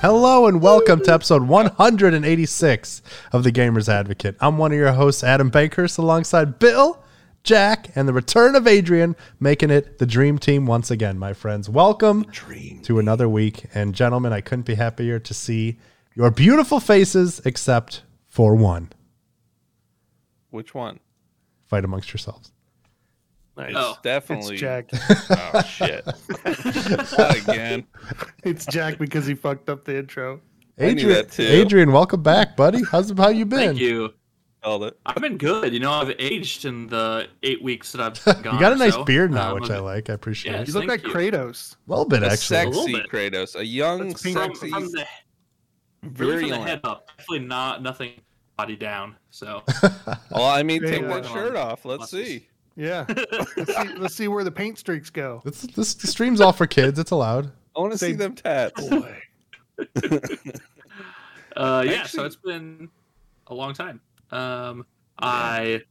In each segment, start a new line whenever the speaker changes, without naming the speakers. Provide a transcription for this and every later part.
Hello and welcome to episode 186 of The Gamer's Advocate. I'm one of your hosts, Adam Bankhurst, alongside Bill, Jack, and the return of Adrian, making it the dream team once again, my friends. Welcome to another week. And gentlemen, I couldn't be happier to see your beautiful faces except for one.
Which one?
Fight amongst yourselves.
It's
Oh.
definitely
It's Jack.
Oh shit! Not again.
It's Jack because he fucked up the intro.
I
Adrian,
knew that too.
Adrian, welcome back, buddy. How's how you been?
Thank you.
Held it.
I've been good. You know, I've aged in the eight weeks that I've been gone.
You got a
or
nice
so.
beard now,
Um,
which I like. I appreciate
yeah,
it.
You look
Thank
like
you.
Kratos.
A little bit,
A
actually.
sexy
bit.
Kratos, a young,
That's pink.
From,
sexy,
from the, really from the head
virulent.
up, definitely not nothing body down. So
Well, I mean, take
Yeah.
that shirt off. Let's see.
Yeah.
Uh,
let's, see, let's see where the paint streaks go.
This, this the stream's all for kids. It's allowed.
I want to see
They-
them tats.
Oh,
Boy.
uh, yeah,
Actually-
so it's been a long time. Um, I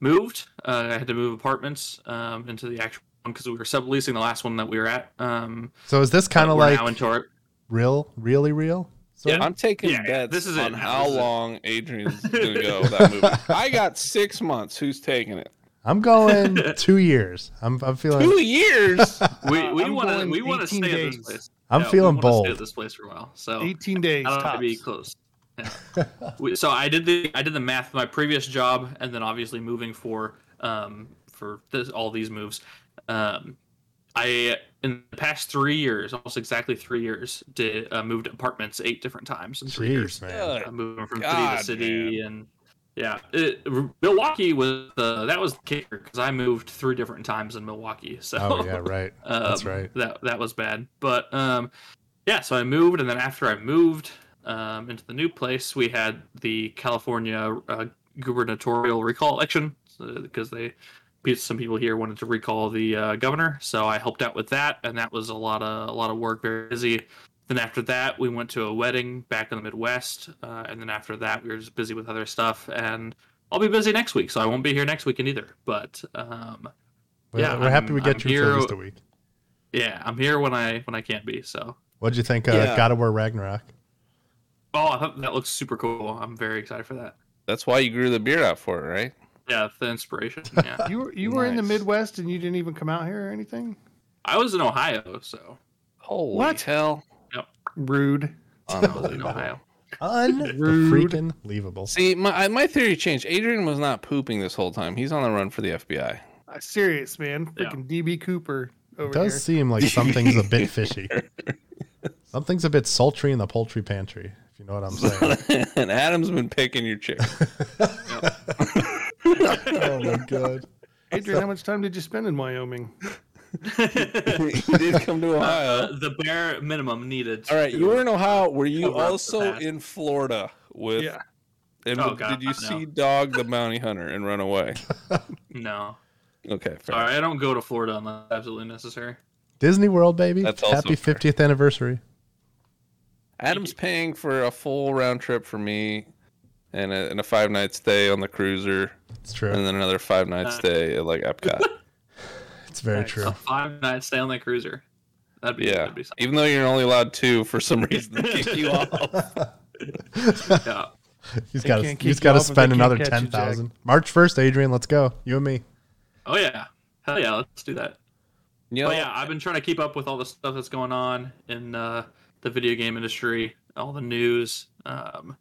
moved. Uh, I had to move apartments um, into the actual one because we were subleasing the last one that we were at. Um,
So is this kind
but
of
we're
like
now into our-
real, really real? So
Yeah.
I'm taking
Yeah, yeah,
bets
this is it
on
now,
how
this is it.
long Adrian's gonna go without moving. I got six months. Who's taking it?
I'm going two years. I'm, I'm feeling
Two years.
we we
I'm
want to
going
we want to
18
stay at this
days.
place.
I'm
Yeah, we
feeling
wanna Stay
bold.
at this place for a while. So
18 days.
I don't have
Tops.
to be close. Yeah. We- so I did the I did the math. My previous job, and then obviously moving for um for this, all these moves. Um, I in the past three years, almost exactly three years, did uh, moved apartments eight different times in three years.
Jeez, man.
Good
Uh, moving from
God,
city to city and. Yeah, it, Milwaukee was the that was the kicker because I moved three different times in Milwaukee. So
Oh yeah, right.
um,
That's right.
That that was bad. But um, yeah, so I moved, and then after I moved um, into the new place, we had the California uh, gubernatorial recall election because they pe- some people here wanted to recall the uh, governor. So I helped out with that, and that was a lot of a lot of work, very busy. Then after that, we went to a wedding back in the Midwest, uh, and then after that, we were just busy with other stuff. And I'll be busy next week, so I won't be here next weekend either. But um,
We're,
yeah,
we're happy we
I'm-
get
I'm
you for at
here-
least a week.
yeah, I'm here when I when I can't be. So
What'd you think? Uh,
Yeah.
Gotta wear Ragnarok.
Oh, I thought that looks super cool. I'm very excited for that.
That's why you grew the beard out for it, right?
Yeah, the inspiration. Yeah,
You, were, you were in the
Nice.
Midwest and you didn't even come out here or anything?
I was in Ohio, so
Holy
What?
hell! Um,
Rude.
I was in Ohio.
Rude.
Unfreaking leavable.
See, my I- my theory changed. Adrian was not pooping this whole time. He's on the run for the FBI.
Uh, serious, man.
Yeah.
Freaking DB Cooper over
It does seem like something's a bit fishy. Something's a bit sultry in the poultry pantry, if you know what I'm saying.
and Adam's been picking your chick.
oh my god.
here. Adrian, how much time did you spend in Wyoming?
he did come to Ohio.
the bare minimum needed.
All right, you were in Ohio. Were you
Cover up the
also
past.
in Florida with?
Yeah.
And
Oh,
did
God,
you
no.
see Dog the Bounty Hunter and run away?
No,
Okay, fair.
sorry, I don't go to Florida unless absolutely necessary.
Disney World, baby.
That's also
Happy
fair.
50th anniversary.
Adam's paying for a full round trip for me, and a, and a five night stay on the cruiser,
It's true.
and then another five
Uh.
night stay at like Epcot.
It's very
Nice.
true.
A five night stay on the cruiser. That'd be
Yeah,
That'd be something.
even though you're only allowed two for some reason, they kick you off.
Yeah.
He's
They
got to
can't
he's
kick
got to
you off if
spend
they can't
another
catch you, Jack.
10,000. March 1st, Adrian, let's go. You and me.
Oh yeah. Hell yeah. Let's do that.
You know,
But yeah, I've been trying to keep up with all the stuff that's going on in uh, the video game industry, all the news. Um,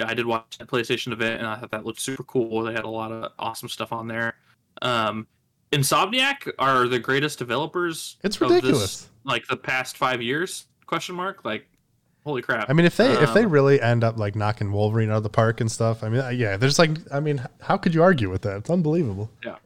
yeah, I did watch the PlayStation event, and I thought that looked super cool. They had a lot of awesome stuff on there. Um, Insomniac are the greatest developers.
It's
of this,
ridiculous.
like the past five years? Question mark. Like, holy crap!
I mean, if they if they
Um,
really end up like knocking Wolverine out of the park and stuff, I mean, uh, yeah, there's like, I mean, h- how could you argue with that? It's unbelievable.
Yeah.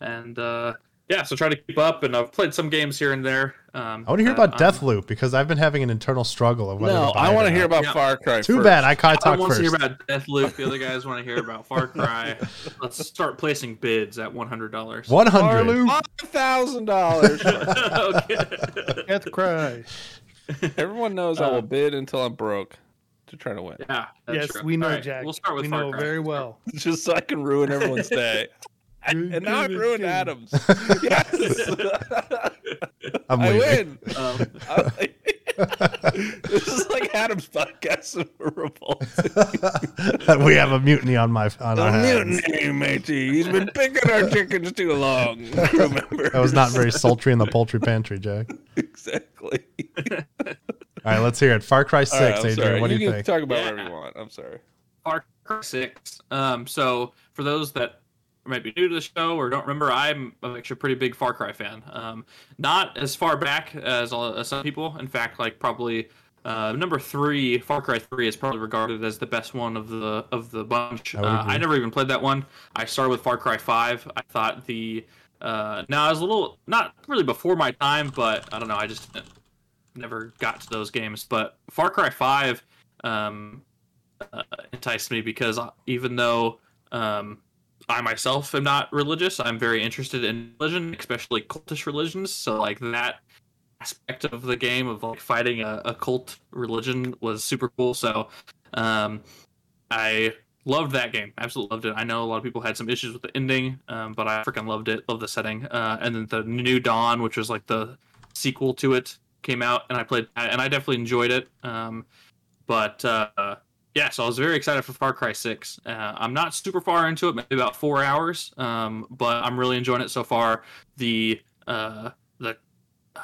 And uh, yeah, so try to keep up, and I've played some games here and there. Um,
I want to hear
that
about
I'm-
Deathloop because I've been having an internal struggle of whether.
Uh, no,
to buy
I
it
want
or
to hear
not.
about
Yeah.
Far Cry.
Too
first.
bad I can't
I
talk
want
first.
to hear about Deathloop. The other guys want to hear about Far Cry. Let's start placing bids at one hundred dollars.
One hundred.
Arlo,
Five thousand dollars.
okay.
Death Cry.
Everyone knows
Uh,
I will bid until I'm broke to try to win,
Yeah. that's
Yes,
true.
we know,
All right,
Jack.
We'll start with
we
Far
know
Cry.
very well.
just so I can ruin everyone's day.
You're
and now I've
good at
ruined
games.
Adams. Yes,
I'm
I
leaving.
win.
Um,
I- this is like Adam's podcast and we're revolting.
we have a mutiny on my on our
A
hands.
mutiny, matey. He's been picking our chickens too long. Remember?
That was not very sultry in the poultry pantry, Jack.
exactly.
All right, let's hear it. Far Cry Six,
All right, I'm
Adrian.
sorry.
What do
you
you,
can
think?
talk about whatever
Yeah.
you want. I'm sorry.
Far Cry 6. Um, so, for those that might be new to the show or don't remember, I'm I'm actually a pretty big Far Cry fan. Um, not as far back as, all- as some people. In fact, like probably uh, number three, Far Cry 3 is probably regarded as the best one of the of the bunch.
I
I,
would
uh,
agree.
I never even played that one. I started with Far Cry 5. I thought the. Uh, now, I was a little. Not really before my time, but I don't know. I just didn't- never got to those games. But Far Cry 5. Um, uh, enticed me because I- even though um, I myself am not religious, I'm very interested in religion, especially cultish religions. So like that aspect of the game of like fighting a, a cult religion was super cool. So um, I loved that game. Absolutely loved it. I know a lot of people had some issues with the ending, um, but I freaking loved it. Loved the setting. Uh, and then the New Dawn, which was like the sequel to it, came out, and I played that, and I definitely enjoyed it. Um, but uh, yeah, so I was very excited for Far Cry 6. Uh, I'm not super far into it, maybe about four hours, um, but I'm really enjoying it so far. The uh, the uh,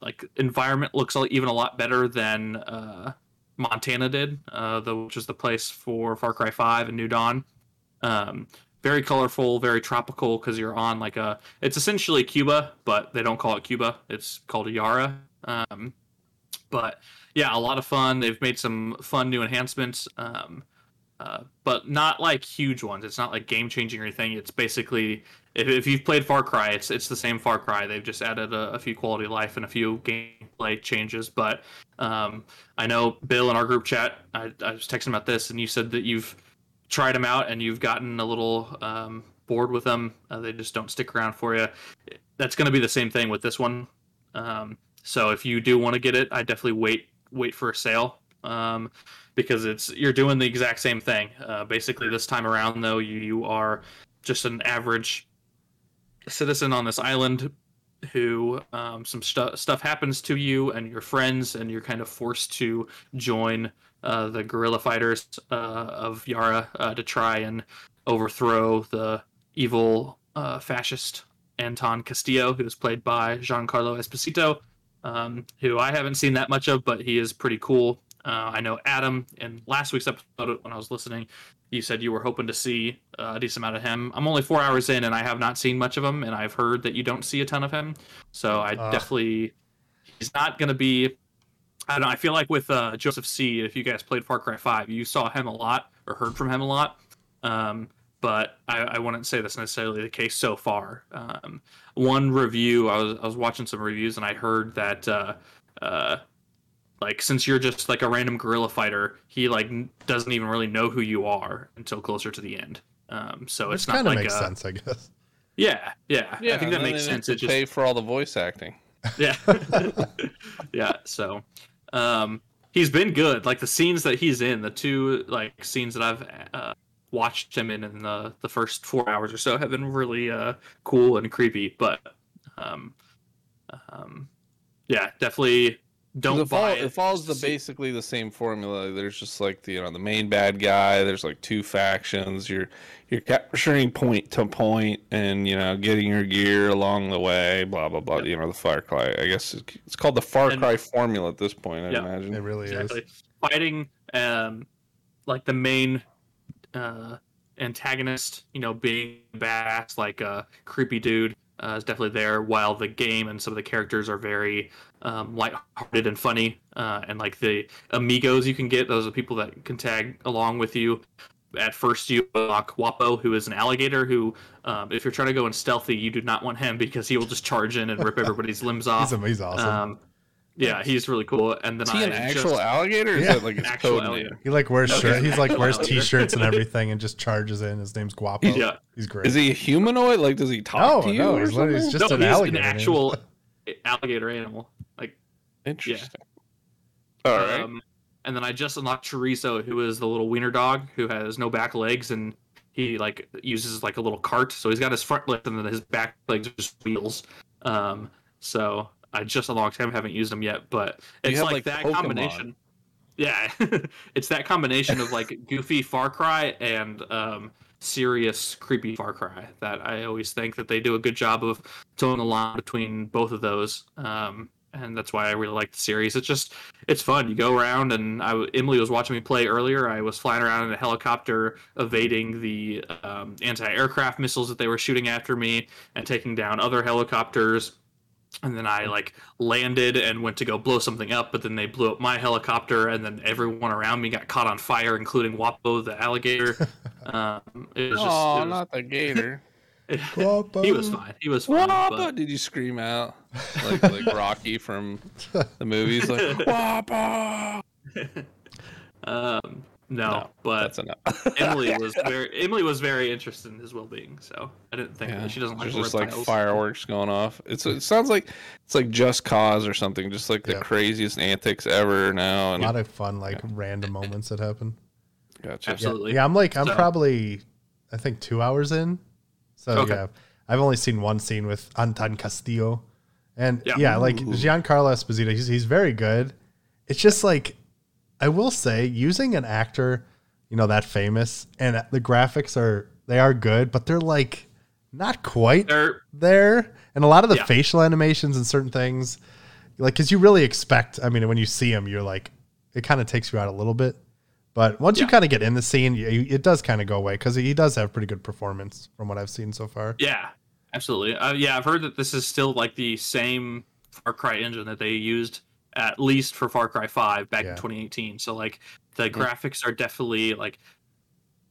like environment looks al- even a lot better than uh, Montana did, uh, the, which is the place for Far Cry 5 and New Dawn. Um, very colorful, very tropical because you're on like a. It's essentially Cuba, but they don't call it Cuba. It's called Yara. Um, but yeah, a lot of fun. They've made some fun new enhancements, um, uh, but not like huge ones. It's not like game changing or anything. It's basically if, if you've played Far Cry, it's it's the same Far Cry. They've just added a, a few quality of life and a few gameplay changes. But um, I know Bill in our group chat, I, I was texting about this, and you said that you've tried them out and you've gotten a little um, bored with them. Uh, they just don't stick around for you. That's going to be the same thing with this one. Um, so if you do want to get it, I definitely wait wait for a sale um, because it's you're doing the exact same thing. Uh, basically, this time around though, you, you are just an average citizen on this island who um, some stu- stuff happens to you and your friends, and you're kind of forced to join uh, the guerrilla fighters uh, of Yara uh, to try and overthrow the evil uh, fascist Anton Castillo, who is played by Giancarlo Esposito, um, who I haven't seen that much of, but he is pretty cool. Uh, I know Adam in last week's episode when I was listening, you said you were hoping to see uh, a decent amount of him. I'm only four hours in, and I have not seen much of him, and I've heard that you don't see a ton of him. So I
Ah.
definitely, he's not going to be. I don't know. I feel like with uh, Joseph C, if you guys played Far Cry 5, you saw him a lot or heard from him a lot. Um, but I, I wouldn't say that's necessarily the case so far. Um, one review I was I was watching some reviews and I heard that uh, uh, like since you're just like a random guerrilla fighter, he like n- doesn't even really know who you are until closer to the end. Um, so
Which
it's not
kind of
like
makes
a,
sense, I guess.
yeah yeah I think that
and then
makes
they
sense.
have
It
to
just
pay for all the voice acting.
yeah yeah so um he's been good like the scenes that he's in the two like scenes that i've uh, watched him in in the the first four hours or so have been really uh cool and creepy but um um yeah definitely don't
it,
buy
fol-
it
it follows the basically the same formula. There's just like the you know the main bad guy. There's like two factions. You're you're capturing point to point, and you know getting your gear along the way. Blah blah blah. You know the Far Cry. I guess it's it's called the Far
And-
Cry formula at this point. I
Yeah.
imagine.
It really
exactly
is.
fighting um like the main uh antagonist you know being badass like a creepy dude uh, is definitely there while the game and some of the characters are very um, lighthearted and funny uh, and like the amigos you can get those are people that can tag along with you at first you unlock Wapo, who is an alligator. Who, um, if you're trying to go in stealthy, you do not want him because he will just charge in and rip everybody's limbs off.
He's, am- he's awesome.
Um, yeah, he's really cool. And then
Is he
I
an
just-
actual alligator? Or
Yeah.
Is that like his
Actual
code
alligator.
name?
he like wears
no,
shirt.
he's
He's like
not
wears
allowed.
t-shirts and everything, and just charges in. His name's Guapo.
Yeah.
he's great.
Is he a humanoid? Like does he
no,
talk to you?
no,
or
he's literally he's
something?
just
no,
an
he's
alligator.
an
man.
actual alligator animal. Like,
Interesting. All right.
um, and then I just unlocked Chorizo, who is the little wiener dog who has no back legs and he like uses like a little cart. So he's got his front legs and then his back legs are just wheels. Um, so I just a long time haven't used them yet, but
You
it's
have,
like,
like,
that
Pokemon.
combination. Yeah, it's that combination of like goofy Far Cry and um, serious creepy Far Cry that I always think that they do a good job of towing the line between both of those. Um, and that's why I really like the series. It's just it's fun. You go around, and I w- Emily was watching me play earlier. I was flying around in a helicopter, evading the um, anti-aircraft missiles that they were shooting after me, and taking down other helicopters. And then I like landed and went to go blow something up, but then they blew up my helicopter, and then everyone around me got caught on fire, including Wapo the alligator. um, it was just
Oh,
it was-
not the gator.
he was fine. He was fine.
Wappa!
But,
Did you scream out like like Rocky from the movies? Like Wappa!
um, no,
No,
but
That's enough.
Emily was very Emily was very interested in his well being, so I didn't think
Yeah,
she doesn't like
There's just like
reptiles.
fireworks going off. It's it sounds like it's like Just Cause or something. Just like the
Yeah.
craziest antics ever now.
A
And
lot of fun, like random moments that happen.
gotcha.
Absolutely.
Yeah, I'm like I'm
So-
probably I think two hours in. So
Okay.
yeah, I've only seen one scene with Anton Castillo, and yeah,
Yeah.
like
Ooh.
Giancarlo Esposito, he's he's very good. It's just like I will say, using an actor, you know, that famous, and the graphics are they are good, but they're like not quite
They're-
there, and a lot of the
Yeah.
facial animations and certain things, like because you really expect. I mean, when you see him, you're like, it kind of takes you out a little bit. But once you
Yeah.
kind of get in the scene, you, it does kind of go away because he does have pretty good performance from what I've seen so far.
Yeah, absolutely. Uh, yeah, I've heard that this is still like the same Far Cry engine that they used at least for Far Cry Five back
Yeah.
in 2018. So like the graphics are definitely like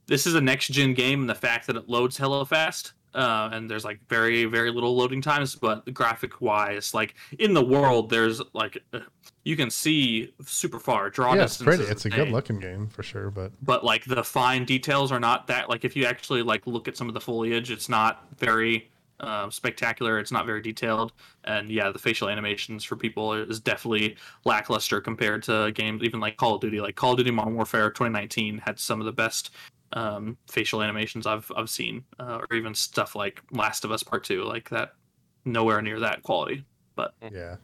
this is a next gen game, and the fact that it loads hella fast. Uh, and there's like very very little loading times, but graphic wise, like in the world, there's like uh, you can see super far draw
Yeah, it's
distances.
pretty.
and
It's a good
things
looking game for sure. But
but like the fine details are not that like if you actually like look at some of the foliage it's not very um, spectacular it's not very detailed and yeah the facial animations for people is definitely lackluster compared to games even like call of duty like call of duty modern warfare 2019 had some of the best um, facial animations i've i've seen uh, or even stuff like last of us part two like that nowhere near that quality but
yeah,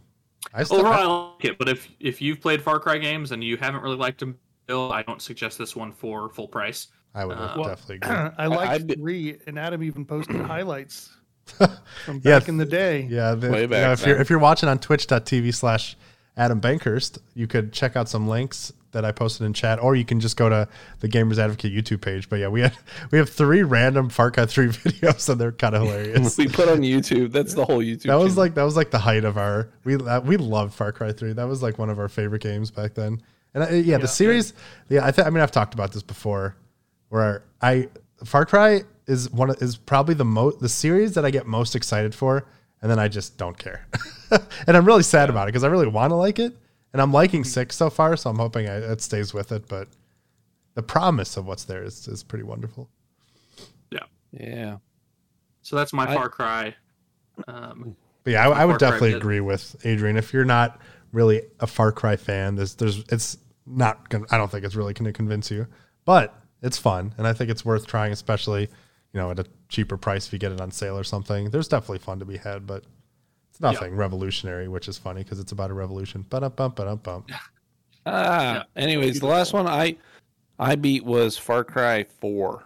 I still
Overall, I like it, but if if you've played Far Cry games and you haven't really liked them, Bill, I don't suggest this one for full price.
I, I would
uh,
have
well,
definitely agree.
I like
I'd be-
three, and Adam even posted highlights from back in the day.
Yeah, the,
Way
you know,
back
if you're
then.
if you're watching on twitch.tv slash Adam Bankhurst, you could check out some links that I posted in chat, or you can just go to the Gamers Advocate YouTube page. But yeah, we had we have three random Far Cry three videos, and they're kind of hilarious.
We put on YouTube. That's the whole YouTube.
that was
channel.
like that was like the height of our we uh, we loved Far Cry Three. That was like one of our favorite games back then. And I, yeah, the series. Yeah, I th- I mean I've talked about this before, where I Far Cry is one of, is probably the most the series that I get most excited for, and then I just don't care, and I'm really sad about it because I really want to like it, and I'm liking six so far, so I'm hoping I, it stays with it. But the promise of what's there is is pretty wonderful.
yeah.
So that's my
I-
Far Cry. Um,
But yeah, I, I would
Far Cry
definitely
did.
agree with Adrian. If you're not really a Far Cry fan, there's, there's it's not. Gonna, I don't think it's really going to convince you, but it's fun, and I think it's worth trying, especially you know at a cheaper price if you get it on sale or something. There's definitely fun to be had, but it's nothing revolutionary, which is funny because it's about a revolution. Oh. Bump, bump, bump, bump.
Ah. Anyways, the last one I I beat was Far Cry Four,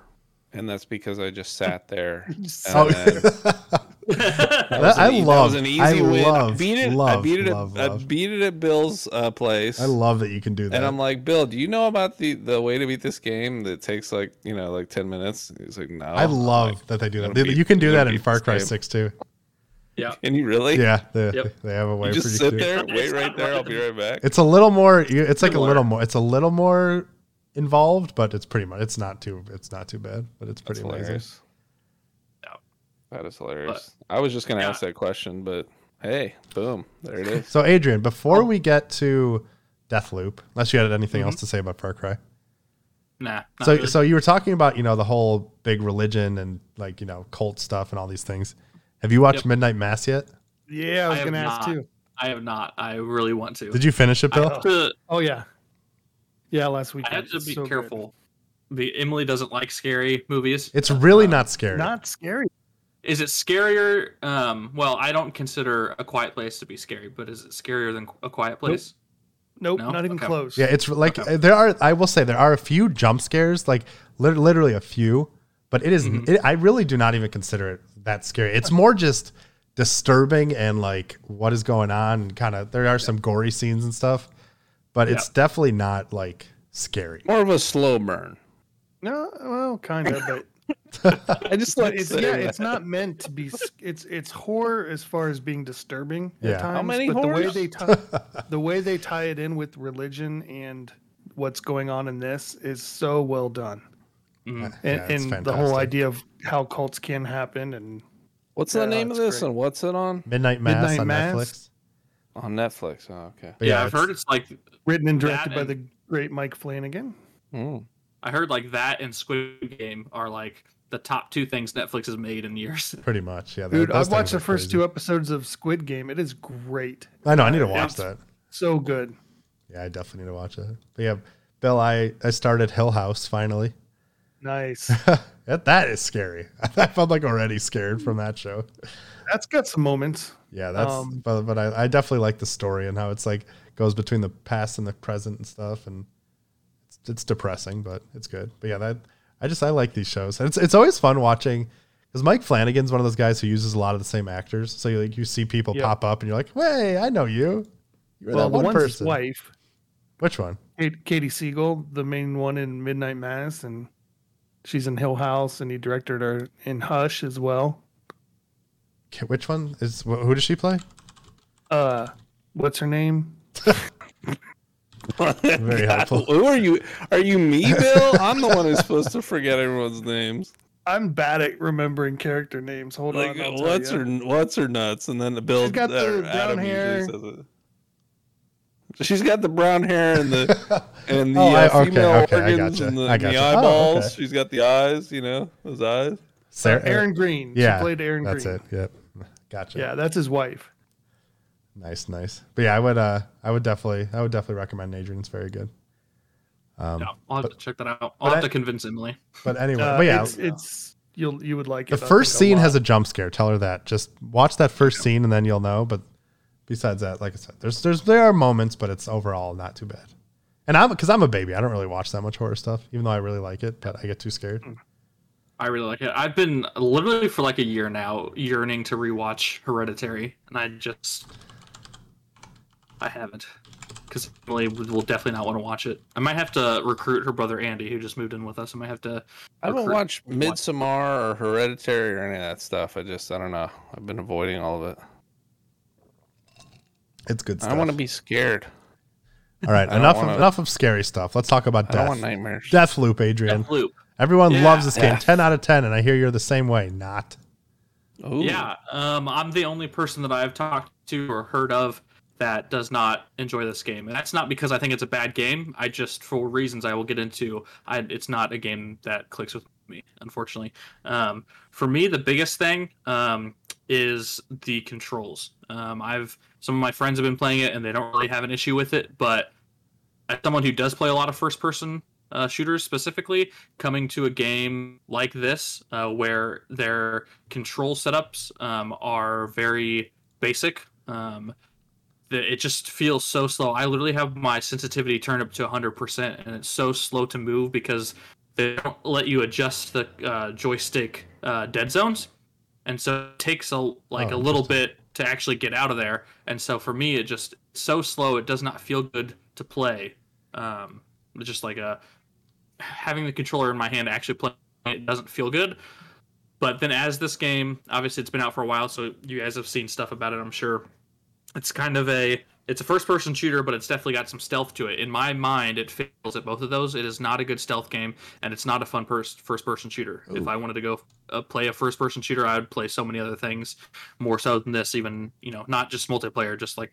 and that's because I just sat there. and
Oh,
then-
yeah,
That was
I
an e- that
love-
was an easy
I
win.
love,
I beat it.
love,
I beat it.
love,
at, I
love.
beat it at Bill's uh, place.
I love that you can do that.
and I'm like, Bill, do you know about the the way to beat this game that takes like you know like ten minutes? He's like, No.
I
I'm
love
like,
that they do
I'm
that.
gonna beat-
you can do
I'm
that
gonna
in
beat
Far
this
Cry
game.
Six too.
Can you really?
Yeah, they,
Yep.
they have a way
You
for
just
you
sit
to
there,
It's
wait
not
right there. I'll
like-
be right back.
It's a little more. you- It's like a
Similar.
little more. It's a little more involved, but it's pretty much. It's not too. It's not too bad, but it's pretty
That's
amazing.
hilarious.
Yeah.
That is hilarious. I was just gonna
Yeah.
ask that question, but hey, boom, there it is.
So, Adrian, before
Oh.
we get to Deathloop, unless you had anything else to say about Far Cry,
nah. Mm-hmm. not
so
really.
so you were talking about you know the whole big religion and like you know cult stuff and all these things. Have you watched
Yep.
Midnight Mass yet?
Yeah, I
I
was
have
going to ask
not.
too.
I have not. I really want to.
Did you finish it,
I
Bill?
have to,
Oh, yeah. Yeah, last week.
I have to be careful. The Emily doesn't like scary movies.
It's really
Uh,
not scary.
Not scary.
Is it scarier? Um, well, I don't consider a quiet place to be scary, but is it scarier than a quiet place?
Nope,
No?
not even
Okay.
close.
Yeah, it's like uh, there are. I will say there are a few jump scares, like lit- literally a few, but it is-
Mm-hmm.
It, I really do not even consider it that scary. It's more just disturbing and like what is going on. Kind of there are some gory scenes and stuff, but it's definitely not like scary.
More of a slow burn.
No, well, kind of, but
I just like
it's
saying
yeah,
that.
it's not meant to be. s- It's it's horror as far as being disturbing
Yeah.
at
How
times.
many
but the way
horrors?
they tie, the way they tie it in with religion and what's going on in this is so well done. And,
Yeah, it's
Mm. and the whole
fantastic.
idea of how cults can happen and
What's
Yeah,
the name of
it's
this
great.
and what's it on?
Midnight Mass
Midnight
on
Mass?
Netflix.
On Netflix. Oh, okay.
But
yeah, I've
it's-
heard it's like
written and directed
That
by
and-
the great Mike Flanagan.
Mm.
I heard like that and Squid Game are like the top two things Netflix has made in years.
pretty much. Yeah,
Dude, I've watched the first two episodes of Squid Game. It is great.
two. I know. I need to watch that.
So good.
Yeah, I definitely need to watch that. But yeah, Bill, I I started Hill House finally.
Nice.
that, that is scary. I felt like already scared from that show.
That's got some moments.
Yeah, that's
Um,
but but I, I definitely like the story and how it's like goes between the past and the present and stuff and it's, it's depressing but it's good. But yeah, that I just I like these shows. And it's it's always fun watching because Mike Flanagan's one of those guys who uses a lot of the same actors. So you like you see people
Yeah.
pop up and you're like, "Hey, I know you." You're
Well,
that
the
one
one's his
person.
wife,
Which one?
Kate- Katie Siegel, the main one in Midnight Mass, and she's in Hill House, and he directed her in Hush as well.
K- Which one is wh- who does she play?
Uh, what's her name?
Very
God,
helpful.
Who are you? Are you me, Bill? I'm the one who's supposed to forget everyone's names.
I'm bad at remembering character names. Hold
Like
on. I'll tell
what's
ya.
her what's her nuts, and then the Bill.
She's got the
or
brown
Adam usually
hair.
says it. She's got the brown hair and the and the
Oh, I-
uh,
okay,
female
okay, I
organs
gotcha,
and the,
I
and
gotcha.
the
Oh, okay.
eyeballs. She's got the eyes, you know, those eyes.
Sarah uh,
Aaron Green.
Yeah.
she played Aaron
That's
Green.
it. Yep. Gotcha.
Yeah, that's his wife.
Nice, nice. But yeah, I would uh I would definitely I would definitely recommend Adrian. It's very good.
yeah, I'll have to check that out.
Um, but
I'll have
I-
to convince Emily.
But anyway,
Uh,
but yeah,
it's, it's you'll you would like
the
it. I
first
think, a
scene
lot.
has a jump scare. Tell her that. Just watch that first scene and then you'll know. But besides that, like I said, there's there's there are moments, but it's overall not too bad. And I'm because I'm a baby, I don't really watch that much horror stuff, even though I really like it, but I get too scared.
Mm.
I really like it. I've been literally for like a year now yearning to rewatch Hereditary, and I just I haven't because Emily would- will definitely not want to watch it. I might have to recruit her brother Andy, who just moved in with us. I might have to.
I haven't
recruit-
watched Midsommar or Hereditary or any of that stuff. I just I don't know. I've been avoiding all of it.
It's good
I
stuff.
don't want to be scared.
All right,
don't
enough of,
wanna-
enough of scary stuff. Let's talk about
I don't want
death.
nightmares.
Death loop, Adrian.
Death Loop.
Everyone
Yeah.
loves this game.
Yeah.
Ten out of ten, and I hear you're the same way. Not.
Ooh.
Yeah, um, I'm the only person that I've talked to or heard of that does not enjoy this game, and that's not because I think it's a bad game. I just, for reasons I will get into, I, it's not a game that clicks with me, unfortunately. Um, for me, the biggest thing um, is the controls. Um, I've some of my friends have been playing it, and they don't really have an issue with it, but as someone who does play a lot of first person uh, shooters specifically, coming to a game like this uh, where their control setups um, are very basic, um, the, it just feels so slow. I literally have my sensitivity turned up to 100%, and it's so slow to move because they don't let you adjust the uh, joystick uh, dead zones. And so it takes a like
Oh,
a little bit to actually get out of there. And so for me, it just it's so slow. It does not feel good to play. Um, it's just like a having the controller in my hand actually playing it doesn't feel good. But then as this game, obviously it's been out for a while, so you guys have seen stuff about it, I'm sure. It's kind of a it's a first person shooter, but it's definitely got some stealth to it. In my mind, it fails at both of those. It is not a good stealth game, and it's not a fun pers- first person shooter. If I wanted to go uh, play a first person shooter, I would play so many other things more so than this. Even you know, not just multiplayer, just like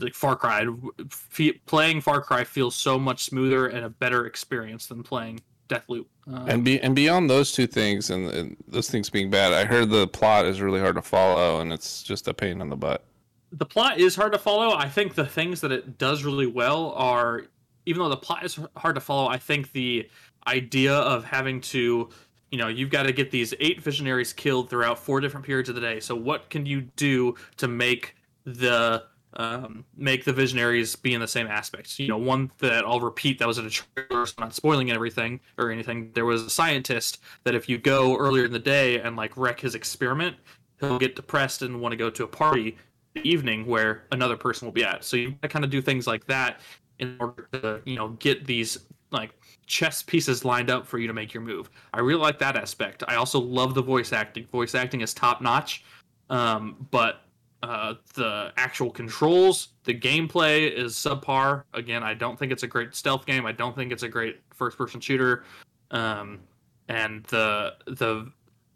like Far Cry. F- playing Far Cry feels so much smoother and a better experience than playing Deathloop. Um,
And be, and beyond those two things and, and those things being bad, I heard the plot is really hard to follow and it's just a pain in the butt.
the plot is hard to follow. I think the things that it does really well are, even though the plot is hard to follow, I think the idea of having to, you you know, you've got to get these eight visionaries killed throughout four different periods of the day. So what can you do to make the um, make the visionaries be in the same aspects? You know, one that I'll repeat that was in a trailer, so I'm not spoiling everything or anything. There was a scientist that if you go earlier in the day and like wreck his experiment, he'll get depressed and want to go to a party in the evening where another person will be at. So you kind of do things like that in order to you know get these like chess pieces lined up for you to make your move. I really like that aspect. I also love the voice acting. Voice acting is top notch, um, but uh, the actual controls, the gameplay is subpar. Again, I don't think it's a great stealth game. I don't think it's a great first person shooter. Um, and the the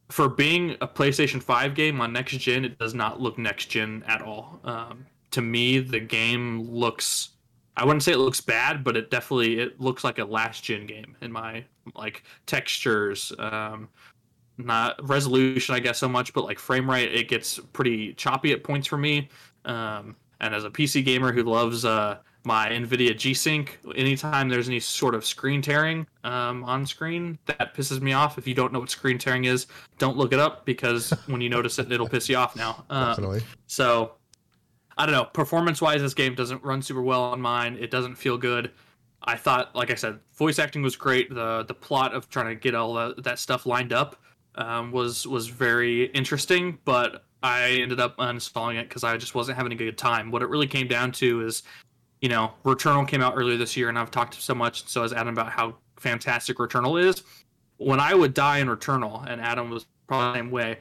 for being a PlayStation 5 game on next gen, it does not look next gen at all. Um, to me, the game looks I wouldn't say it looks bad, but it definitely it looks like a last gen game in my like textures, um, not resolution, I guess so much, but like frame rate, it gets pretty choppy at points for me. Um, and as a PC gamer who loves uh, my NVIDIA G Sync, anytime there's any sort of screen tearing um, on screen, that pisses me off. If you don't know what screen tearing is, don't look it up because when you notice it, it'll piss you off now. Um,
Definitely.
so I don't know. Performance wise, this game doesn't run super well on mine. It doesn't feel good. I thought, like I said, voice acting was great. The the plot of trying to get all that, that stuff lined up um, was was very interesting, but I ended up uninstalling it because I just wasn't having a good time. What it really came down to is, you know, Returnal came out earlier this year, and I've talked so much, so is Adam about how fantastic Returnal is. When I would die in Returnal, and Adam was probably the same way,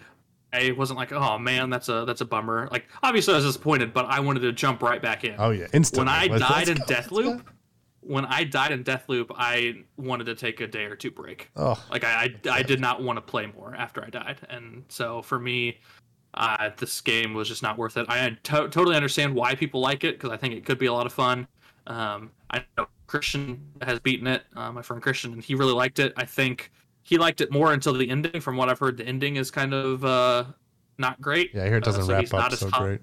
I wasn't like, oh man, that's a that's a bummer. Like obviously I was disappointed, but I wanted to jump right back in.
Oh yeah, instantly.
when I
Let's-
died in
let's go, let's go.
Deathloop, when I died in Deathloop, I wanted to take a day or two break.
Oh,
Like I I, I did not want to play more after I died, and so for me, uh, this game was just not worth it. I to- totally understand why people like it because I think it could be a lot of fun. Um, I know Christian has beaten it, uh, my friend Christian, and he really liked it. I think he liked it more until the ending. From what I've heard, the ending is kind of uh, not great.
yeah. I hear it
Uh,
doesn't
so
wrap
he's not
up
as
so
hot.
great.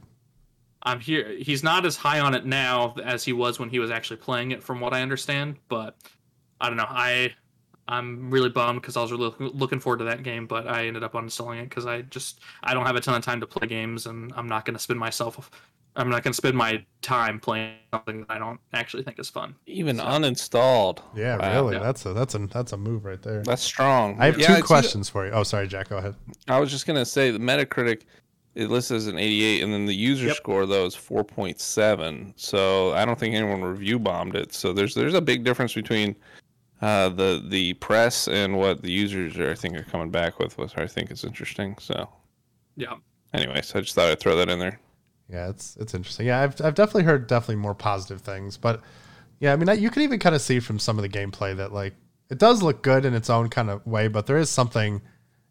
I'm here. He's not as high on it now as he was when he was actually playing it, from what I understand. But I don't know. I I'm really bummed because I was really looking- looking forward to that game, but I ended up uninstalling it because I just I don't have a ton of time to play games, and I'm not going to spend myself. I'm not going to spend my time playing something that I don't actually think is fun.
Even
So-
uninstalled.
Yeah,
Wow.
really.
Yeah.
That's a that's a that's a move right there.
That's strong.
I have
Yeah,
two
it's-
questions for you. Oh, sorry, Jack. Go ahead.
I was just gonna say the Metacritic it lists as an 88, and then the user
Yep.
score though is 4.7. So I don't think anyone review bombed it. So there's there's a big difference between uh, the the press and what the users are I think are coming back with, which I think is interesting. So
Yeah.
anyways, I just thought I'd throw that in there.
Yeah, it's it's interesting. Yeah, I've I've definitely heard definitely more positive things, but yeah, I mean, I, you can even kind of see from some of the gameplay that like it does look good in its own kind of way, but there is something.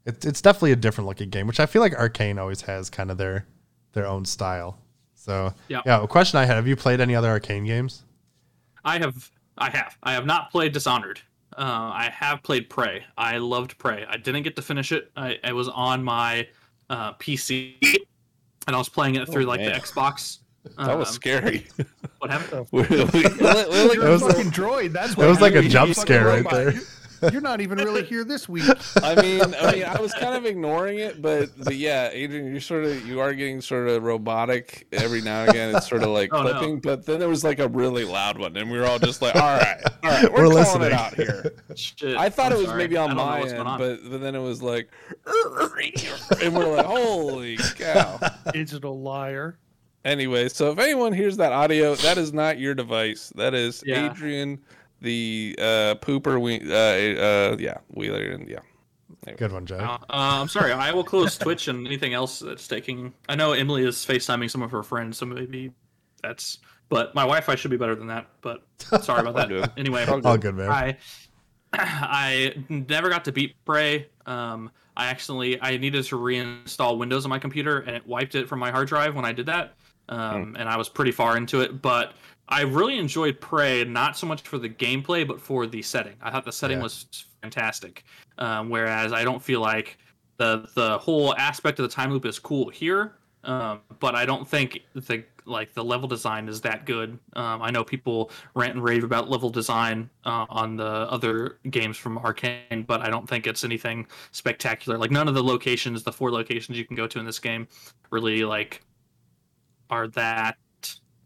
It, it's definitely a different looking game, which I feel like Arcane always has kind of their their own style. So
Yeah.
yeah. A question I had: Have you played any other Arcane games?
I have, I have, I have not played Dishonored. Uh, I have played Prey. I loved Prey. I didn't get to finish it. I, I was on my uh, PC, and I was playing it through like
Oh, man.
the Xbox.
That was
Um,
scary.
what happened.
We- we- we- we-
You're a
was like-
fucking droid. That's
It was like a
you
jump
fucking
scare right
robot.
there.
You're- You're not even really here this week.
I mean, I mean, I was kind of ignoring it, but the, yeah, Adrian, you're sort of you are getting sort of robotic every now and again. It's sort of like
Oh, no.
clipping, but then there was like a really loud one, and we were all just like, "All right, all right, we're,
We're
calling
listening."
it out here."
Shit,
I thought
I'm
it was
sorry.
maybe
I
on
don't know
my
what's
end,
going on.
but, but then it was like, and we're like, "Holy cow!"
Digital liar.
Anyway, so if anyone hears that audio, that is not your device. That is
Yeah.
Adrian, the uh, pooper. We, uh, uh, yeah, Wheeler, and yeah.
Good one, Jack.
Uh, I'm sorry. I will close Twitch and anything else that's taking. I know Emily is FaceTiming some of her friends, so maybe that's. But my Wi-Fi should be better than that. But sorry about
Oh, good.
that. Anyway,
All good, man.
I I never got to beat Prey. Um, I accidentally I needed to reinstall Windows on my computer, and it wiped it from my hard drive when I did that.
Hmm.
Um, And I was pretty far into it, but I really enjoyed Prey not so much for the gameplay, but for the setting. I thought the setting
Yeah.
was fantastic. Um, whereas I don't feel like the the whole aspect of the time loop is cool here, Um, but I don't think the like the level design is that good. Um, I know people rant and rave about level design uh, on the other games from Arcane, but I don't think it's anything spectacular. Like none of the locations, the four locations you can go to in this game, really like are that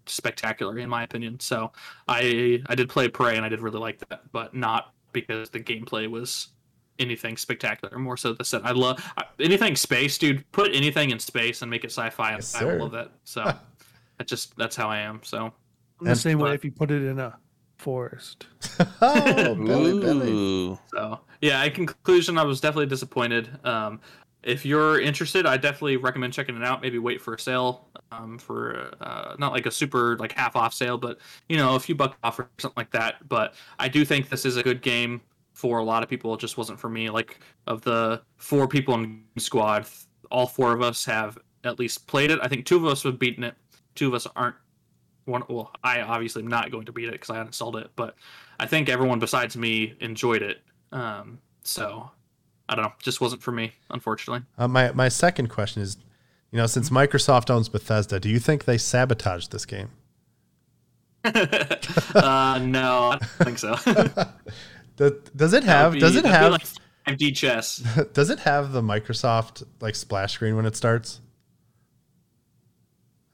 spectacular in my opinion. So I I did play Prey and I did really like that, but not because the gameplay was anything spectacular. More so the set. I love I- anything space, dude. Put anything in space and make it sci-fi.
Yes,
I will
sir.
love it. So that's just that's how I am. So
I'm the
And-
same way if you put it in a forest.
oh, Billy, Billy.
Ooh.
so yeah. In conclusion, I was definitely disappointed. Um, if you're interested, I definitely recommend checking it out. Maybe wait for a sale. Um, for uh, not like a super like half off sale, but you know a few buck off or something like that. But I do think this is a good game for a lot of people. It just wasn't for me. Like of the four people in squad, th- all four of us have at least played it. I think two of us have beaten it. Two of us aren't. One, well, I obviously am not going to beat it because I uninstalled it. But I think everyone besides me enjoyed it. Um, so I don't know. Just wasn't for me, unfortunately.
Uh, my my second question is, you know, since Microsoft owns Bethesda, do you think they sabotaged this game?
uh, no, I don't think so.
Does, does it have?
That'd
does
be-
it have?
that'd be like 5D chess?
does it have the Microsoft like splash screen when it starts?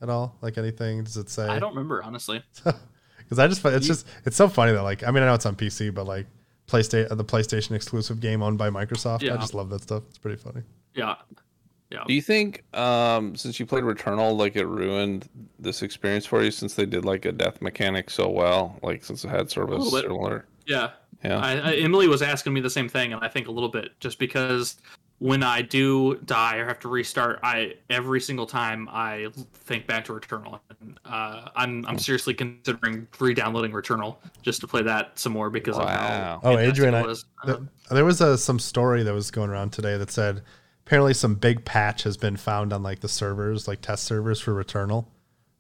At all, like anything? Does it say?
I don't remember honestly.
Because I just find it's just it's so funny that like I mean I know it's on PC, but like PlayStation the PlayStation exclusive game owned by Microsoft. I
Yeah.
just love that stuff. It's pretty funny.
Yeah.
Do you think um, since you played Returnal, like it ruined this experience for you since they did like a death mechanic so well, like since it had sort of a,
little bit.
similar,
Yeah.
Oh.
yeah.
I, I, Emily was asking me the same thing, and I think a little bit just because when I do die or have to restart, I every single time I think back to Returnal. And, uh, I'm I'm seriously considering re-downloading Returnal just to play that some more because of
Wow.
how
Oh,
fantastic
Adrian,
it
I-
was.
Th-
Um,
there was a some story that was going around today that said apparently some big patch has been found on like the servers, like test servers for Returnal.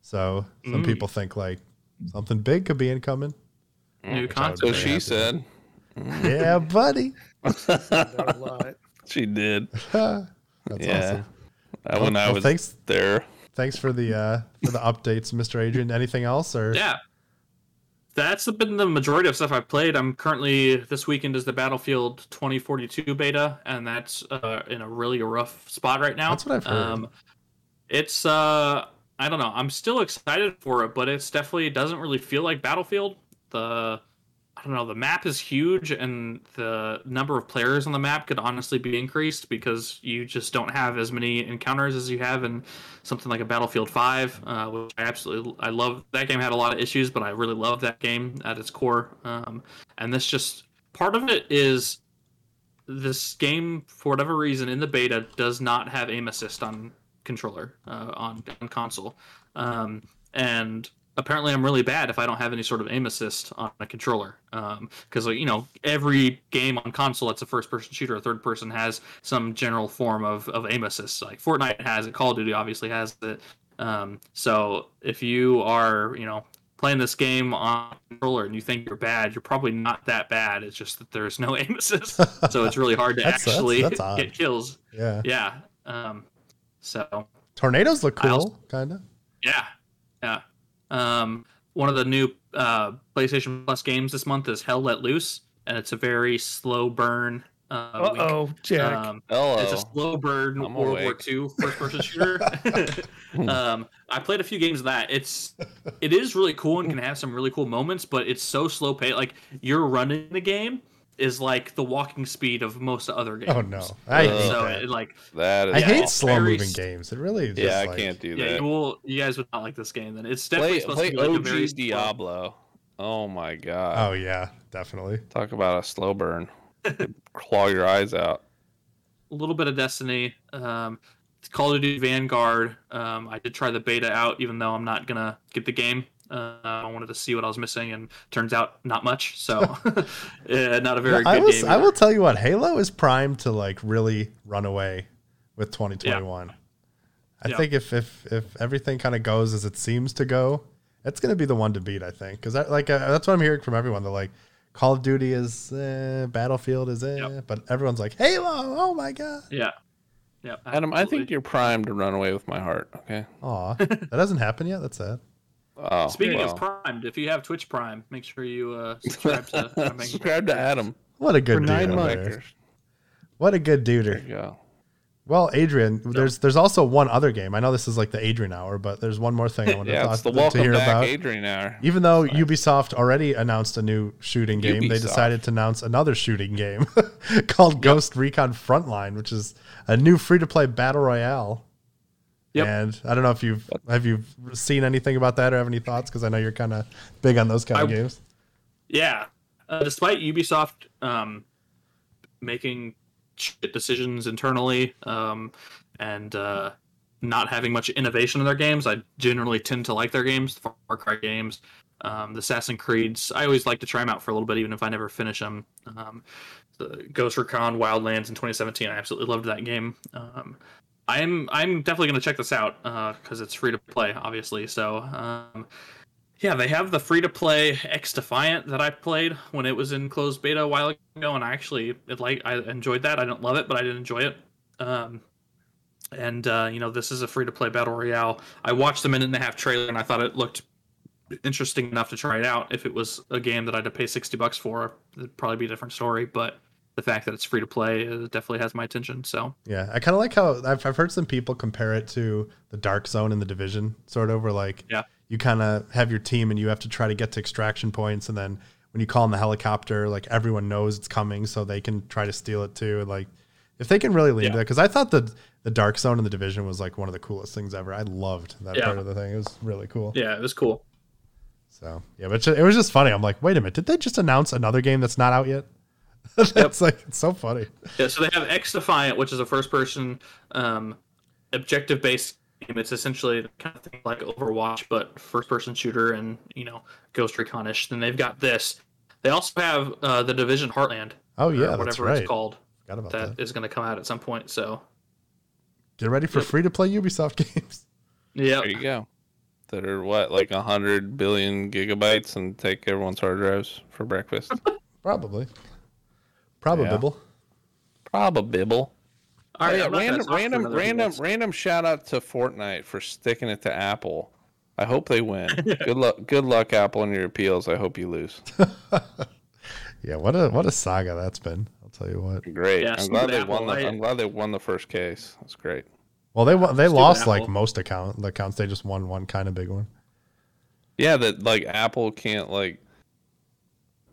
So some
Mm.
people think like something big could be incoming.
new
Mm.
would
content.
So
very
she
happy.
said.
yeah, buddy.
Don't love it.
she did.
That's
yeah.
awesome.
Uh, when I
Well,
was
thanks
there.
thanks for the uh for the updates, Mr. Adrian. Anything else or
Yeah. That's been the majority of stuff I've played. I'm currently this weekend is the Battlefield 2042 beta, and that's uh, in a really rough spot right now. Um,
That's what I've heard.
it's uh, I don't know. I'm still excited for it, but it's definitely it doesn't really feel like Battlefield. The I don't know. The map is huge, and the number of players on the map could honestly be increased because you just don't have as many encounters as you have in something like a Battlefield 5, uh, which I absolutely I love. That game had a lot of issues, but I really love that game at its core. Um, and this just part of it is this game for whatever reason in the beta does not have aim assist on controller uh, on, on console, um, and apparently I'm really bad if I don't have any sort of aim assist on a controller. Because like you know every game on console that's a first person shooter, a third person has some general form of, of aim assist. Like Fortnite has it, Call of Duty obviously has it. Um, so if you are you know playing this game on controller and you think you're bad, you're probably not that bad. It's just that there's no aim assist, so it's really hard to
That's- that's-
actually
that's odd.
get kills.
yeah.
Yeah. Um, so
Tornadoes look
I
cool, kinda.
yeah, yeah. Um, one of the new uh, PlayStation Plus games this month is Hell Let Loose, and it's a very slow burn. Uh,
Uh
week.
oh, Jack.
Um,
Hello.
it's a slow burn
I'm
World
awake.
War II first person shooter.
Hmm.
um, I played a few games of that. It's it is really cool and can have some really cool moments, but it's so slow paced. Like you're running the game is like the walking speed of most other games.
Oh no. I hate
so
that.
it, like
that is
I hate
awful.
slow moving
very s-
games. It really is
Yeah,
just
I
like-
can't do
yeah,
that.
you will. You guys would not like this game. Then it's definitely
play
supposed
play
to be like a
OG
very slow-
Diablo. Oh my god.
Oh yeah, definitely.
Talk about a slow burn. Claw your eyes out.
a little bit of Destiny, um, Call of Duty Vanguard. Um, I did try the beta out, even though I'm not gonna get the game. Uh, I wanted to see what I was missing, and turns out not much. So, yeah, not a very
No, I
good
will,
game.
I
either.
will tell you what, Halo is primed to like really run away with 2021. I
Yeah.
think if if if everything kind of goes as it seems to go, it's going to be the one to beat. I think because like uh, that's what I'm hearing from everyone. They're like, Call of Duty is eh, Battlefield is eh,
Yep.
but everyone's like Halo. Oh my god!
Yeah, Yep.
Adam, I think
absolutely.
you're primed to run away with my heart. Okay.
Aw, that hasn't happened yet. That's sad.
Oh,
Speaking
well.
of primed, if you have Twitch Prime, make sure you uh, subscribe to. I'm making-
subscribe to Adam.
What a good
For
dude
nine
over
months.
there.
There
What a good
you
duder.
go.
Well, Adrian, there's there's also one other game. I know this is like the Adrian hour, but there's one more thing I want
Yeah,
to,
it's the
talk, to
welcome
hear
back
about.
Adrian hour.
Even though Ubisoft already announced a new shooting game, they
Ubisoft.
decided to announce another shooting game called Ghost Recon Frontline, which is a new free-to-play battle royale.
Yep.
And I don't know if you've have you seen anything about that or have any thoughts because I know you're kind of big on those kind of
I-
games.
Yeah. Uh, despite Ubisoft um, making shit decisions internally um, and uh, not having much innovation in their games, I generally tend to like their games, the Far Cry games, um, the Assassin's Creeds. I always like to try them out for a little bit, even if I never finish them. Um, the Ghost Recon Wildlands in 2017, I absolutely loved that game. Um, I'm I'm definitely going to check this out because it's free to play, obviously. So um, yeah, they have the free to play X Defiant that I played when it was in closed beta a while ago, and I actually it like I enjoyed that. I didn't love it, but I did enjoy it. Um, and uh, you know, this is a free to play battle royale. I watched the minute and a half trailer, and I thought it looked interesting enough to try it out. If it was a game that I had to pay sixty bucks for, it'd probably be a different story. But the fact that it's free to play uh, definitely has my attention. So
Yeah, I kind of like how I've, I've heard some people compare it to the Dark Zone in the Division, sort of where like
Yeah.
you kind of have your team and you have to try to get to extraction points, and then when you call in the helicopter, like everyone knows it's coming, so they can try to steal it too. And like if they can really lean into
Yeah.
that, because I thought the the Dark Zone in the Division was like one of the coolest things ever. I loved that
Yeah.
part of the thing; it was really cool.
yeah, it was cool.
So yeah, but it was just funny. I'm like, wait a minute, did they just announce another game that's not out yet? That's like it's so funny.
Yeah, so they have X Defiant, which is a first person um, objective based game. It's essentially the kind of thing like Overwatch, but first person shooter and, you know, Ghost Recon ish. Then they've got this. They also have uh, the Division Heartland.
Oh
or
yeah,
whatever
that's right.
it's called.
Forgot about that.
That is going to come out at some point. So,
Get ready for free to play Ubisoft games.
yeah.
There you go. That are what, like a hundred billion gigabytes, and take everyone's hard drives for breakfast.
Probably. Probable.
Probably.
All
Oh,
right.
yeah,
I'm not gonna
random,
talk for
random,
another
random,
few
random shout out to Fortnite for sticking it to Apple. I hope they win. good luck, good luck, Apple, on your appeals. I hope you lose.
Yeah. what a what a saga that's been. I'll tell you what.
Great.
Yeah,
I'm
stupid
glad they
Apple,
won. The,
I-
I'm glad they won the first case. That's great.
Well, they won, they
Stupid
lost
Apple.
like most account the accounts. They just won one kind of big one.
Yeah, that like Apple can't like.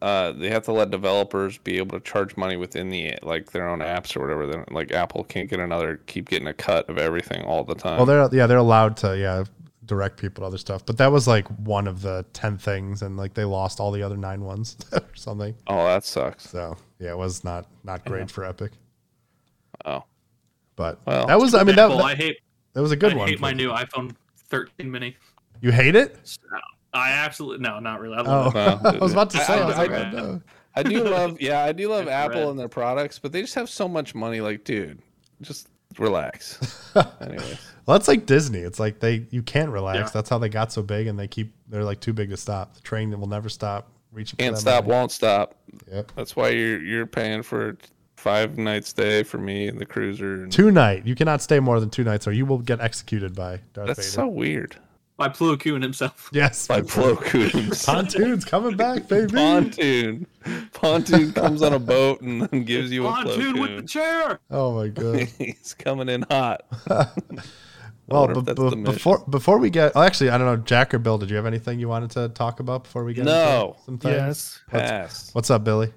Uh, they have to let developers be able to charge money within the like their own apps or whatever. Then like Apple can't get another keep getting a cut of everything all the time.
Well, they're yeah they're allowed to yeah direct people to other stuff, but that was like one of the ten things, and like they lost all the other nine ones or something.
oh, that sucks.
So yeah, it was not not great for Epic.
Oh,
But
Well,
that was I mean that,
Apple,
that,
I hate,
was a good
I
one.
hate
for
my
them.
new iPhone 13 mini.
you hate it?
I absolutely, no, not really. I love
Oh,
it.
Well,
I was about to
I-
say. I,
I-
was
I-
like, oh, no.
I do love, yeah, I do love
It's
Apple
red.
and their products, but they just have so much money. Like, dude, just relax. Anyways,
Well, that's like Disney. It's like they you can't relax.
Yeah.
That's how they got so big, and they keep they're like too big to stop. The train that will never stop reaching. for
can't
that
stop,
money.
won't stop.
Yep.
That's why you're you're paying for five nights stay for me and the cruiser. And
Two night. You cannot stay more than two nights, or you will get executed by Darth
that's
Vader.
so weird.
By Plu Koon himself.
yes.
By Flo Coons.
Pontoon's coming back, baby.
Pontoon. Pontoon comes on a boat and then gives you a
Pontoon with the
pontoon.
chair.
Oh my god.
He's coming in hot.
Well,
wonder
b-
if that's the
b-
mission.
before before we get, oh, actually, I don't know, Jack or Bill, did you have anything you wanted to talk about before we get?
No.
Into some things?
Yes.
Pass.
What's up, Billy?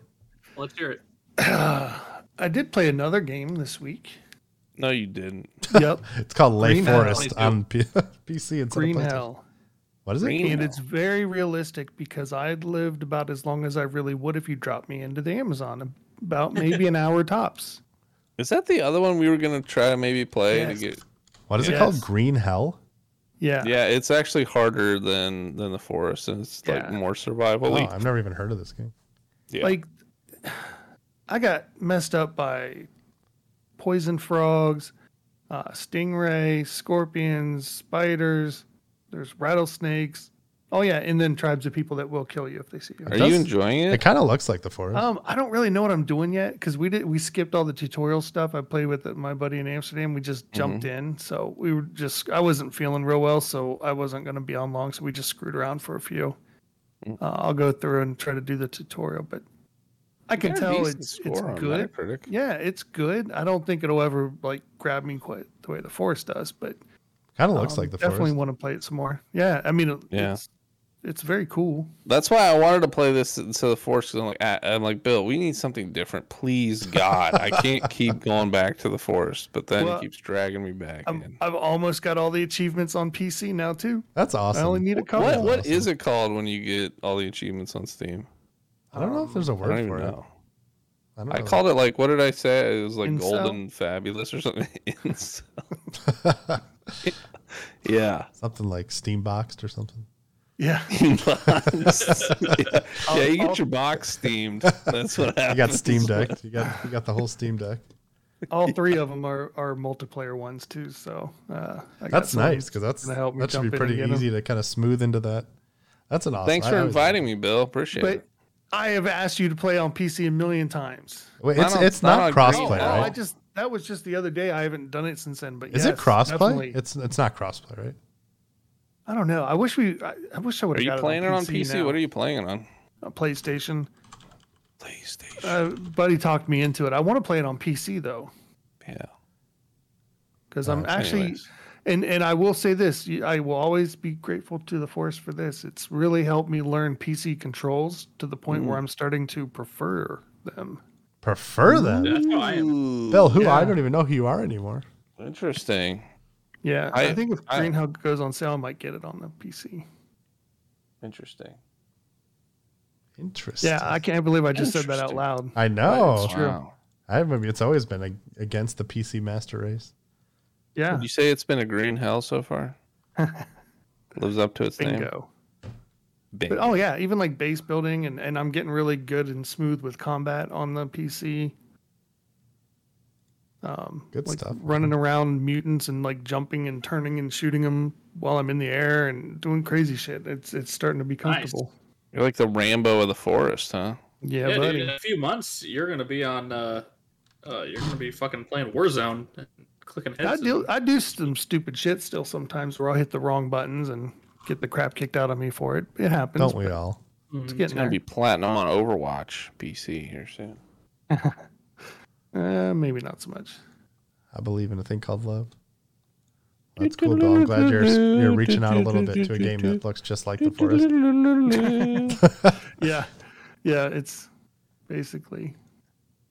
Let's hear it.
I did play another game this week.
No, you didn't.
Yep.
It's called Lay
Green Hell.
Forest on P- PC and
Green Hell.
What is it?
Green
And
Hell.
it's very realistic because I lived about as long as I really would if you dropped me into the Amazon, about maybe an hour tops.
Is that the other one we were gonna try to maybe play
Yes.
to get?
What is it
Yes.
called? Green Hell.
Yeah.
Yeah, it's actually harder than than the forest, and it's like
Yeah.
more
Oh,
survival.
I've never even heard of this game.
yeah.
Like, I got messed up by poison frogs, uh, stingray, scorpions, spiders. There's rattlesnakes, Oh yeah, and then tribes of people that will kill you if they see you.
Are
does-
you enjoying
It
it?
kind of looks like the forest.
Um, I don't really know what I'm doing yet because we did we skipped all the tutorial stuff. I played with my buddy in Amsterdam. We just jumped in, so we were just I wasn't feeling real well, so I wasn't going to be on long. So we just screwed around for a few. Uh, I'll go through and try to do the tutorial, but I can
Got a
tell
decent
it's it's
score on
good.
Metacritic.
Yeah, it's good. I don't think it'll ever like grab me quite the way the forest does, but
kind of looks
um,
like the
definitely
forest.
want to play it some more. Yeah, I mean, it-
Yeah.
it's, it's very cool.
That's why I wanted to play this instead of Force. 'cause I'm like, I- I'm like, Bill, we need something different. Please, God, I can't keep going back to the Force. But then
Well, um,
it keeps dragging me back.
I'm,
in.
I've almost got all the achievements on PC now too.
That's awesome.
I only need a couple.
What what
awesome.
is it called when you get all the achievements on Steam?
I don't know if there's a
I don't
word
even
for it.
know.
I, don't
I
know.
called it like what did I say? It was like
Incel?
golden fabulous or something. Incel. yeah.
something like steam boxed or something.
Yeah.
Box. yeah. Yeah, you
I'll-
get your box steamed. That's what
You
happened.
got Steam Deck. You got you got the whole Steam Deck.
All three of them are, are multiplayer ones too. So uh, I got
That's
someone
nice because that's
gonna help me
that should be
jump in and
pretty
get 'em.
easy to kind of smooth into that. That's an awesome.
Thanks
I
for
always-
inviting me, Bill. Appreciate
But
it.
I have asked you to play on PC a million times.
Wait,
Not
it's
on-
it's
not
not
on green,
crossplay,
Oh,
no.
I
right?
just that was just the other day. I haven't done it since then. But
Is it
yes,
crossplay?
definitely.
It's it's not crossplay, right?
I don't know. I wish we. I, I wish I would
Are
have.
you
got
playing
it on
PC?
now.
What are you playing it on?
A PlayStation.
PlayStation.
Uh, buddy talked me into it. I want to play it on PC though.
yeah.
because I'm actually,
anyways.
and and I will say this: you- I will always be grateful to the force for this. It's really helped me learn PC controls to the point where I'm starting to prefer them.
Prefer
Mm-hmm.
that.
That's how I am.
Bill, who I
Yeah.
don't even know who you are anymore.
Interesting.
Yeah, I,
I-
think if
I-
Green Hug goes on sale, I might get it on the PC.
Interesting.
Interesting.
Yeah, I can't believe I just said that out
Interesting.
loud.
I know.
True.
Wow.
I remember it's always been a, against the PC master race.
Yeah,
Would you say it's been a green hell so far? Lives up to its name.
bingo.
Bingo.
But oh yeah, even like base building, and and I'm getting really good and smooth with combat on the PC. Um,
Good
like
stuff.
Running around mutants and like jumping and turning and shooting them while I'm in the air and doing crazy shit. It's it's starting to be comfortable.
You're like the Rambo of the forest, huh?
Yeah,
Yeah,
buddy.
dude, in a few months, you're gonna be on. Uh, uh, you're gonna be fucking playing Warzone, and clicking heads.
I do
and-
I do some stupid shit still sometimes where I'll hit the wrong buttons and get the crap kicked out of me for it. It happens.
Don't we all?
It's
Mhm.
getting
Gonna
there.
be platinum on Overwatch PC here soon.
uh, maybe not so much.
I believe in a thing called love. That's cool, Bill. I'm glad you're, you're reaching out a little bit to a game that looks just like The Forest.
Yeah, yeah. It's basically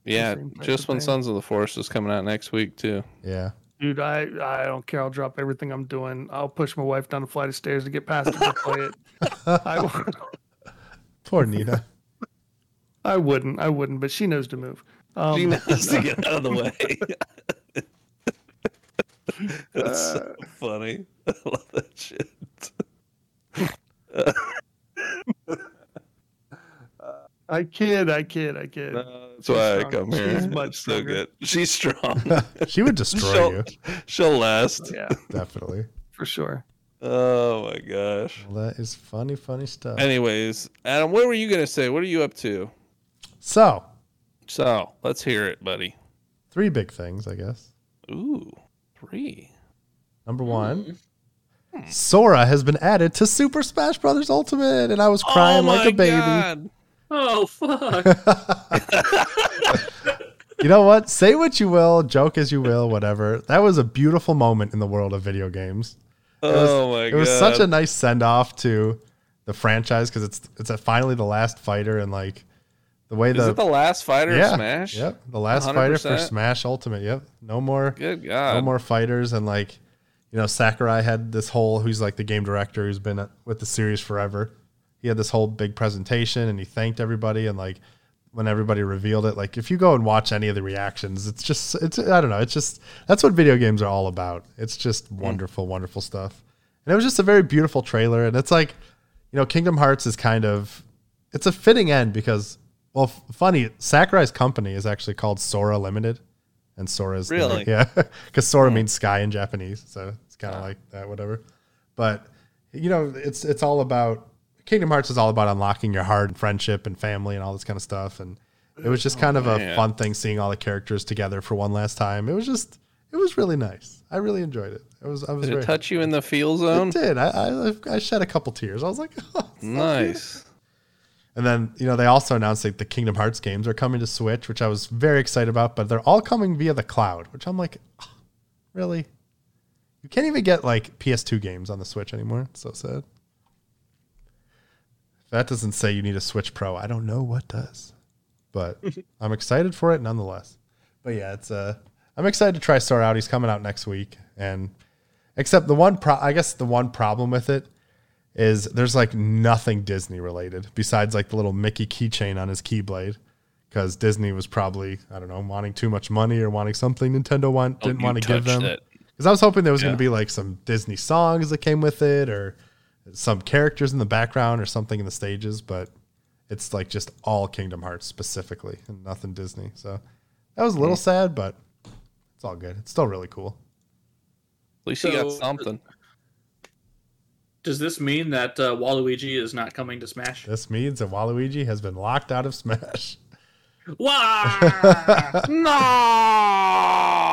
yeah,
Same type
just
of
when
thing.
Sons of the Forest is coming out next week too.
Yeah.
Dude, I, I don't care. I'll drop everything I'm doing. I'll push my wife down a flight of stairs to get past it to play it. I, w-
Poor Nina.
I wouldn't. I wouldn't, but she knows to move. Um,
She knows to get out of the way. That's so
Uh.
funny. I love that shit.
I kid. I kid. I kid.
That's why I
strong.
come here.
She's much
It's so
stronger.
good. She's strong.
she would destroy
she'll,
you.
she'll last.
Yeah,
Definitely.
for sure.
Oh my gosh.
Well, that is funny, funny stuff.
Anyways, Adam, what were you gonna say? What are you up to?
So,
So let's hear it, buddy.
three big things, I guess.
Ooh, three.
Number one, Sora has been added to Super Smash Bros. Ultimate, and I was
Oh
crying like a baby.
Oh fuck!
You know what? Say what you will, joke as you will, whatever. That was a beautiful moment in the world of video games.
Oh my god.
it was such a nice send off to the franchise because it's it's a, finally the last fighter and like the way
Is
the,
it the last fighter
yeah
of Smash?
yep the last fighter for
100%?
Smash Ultimate yep no more
Good
no
God.
more fighters and like you know Sakurai had this whole who's like the game director who's been with the series forever he had this whole big presentation and he thanked everybody and like when everybody revealed it like if you go and watch any of the reactions it's just it's i don't know it's just that's what video games are all about it's just
Mm.
wonderful wonderful stuff and it was just a very beautiful trailer and it's like you know kingdom hearts is kind of it's a fitting end because well f- funny sakurai's company is actually called sora limited and sora's the-
Really?
yeah because sora
Hmm.
means sky in japanese so it's kind of like that whatever but you know it's it's all about Kingdom Hearts is all about unlocking your heart and friendship and family and all this kind of stuff. And it was just kind of a
Oh, man.
fun thing seeing all the characters together for one last time. It was just, it was really nice. I really enjoyed it. It was, I was
Did it
very
touch you in the feel zone?
it did. I, I I shed a couple tears. I was like, "Oh,
Nice.
and then you know they also announced that the Kingdom Hearts games are coming to Switch, which I was very excited about. But they're all coming via the cloud, which I'm like, "Ugh, really? You can't even get like PS2 games on the Switch anymore. It's so sad. If that doesn't say you need a Switch Pro, I don't know what does. But I'm excited for it nonetheless. But yeah, it's uh I'm excited to try Star out. He's coming out next week, and except the one pro, I guess the one problem with it is there's like nothing Disney related besides like the little Mickey keychain on his keyblade because Disney was probably I don't know wanting too much money or wanting something Nintendo want,
Oh,
didn't
you
want to give
touched
them
it.
because I was hoping there was going
Yeah.
to be like some Disney songs that came with it or some characters in the background or something in the stages but it's like just all Kingdom Hearts specifically and nothing Disney so that was a
Hmm.
little sad but it's all good it's still really cool
At least you got
So-
something.
Does this mean that uh, Waluigi is not coming to Smash?
this means that Waluigi has been locked out of Smash
Wow!
Ah.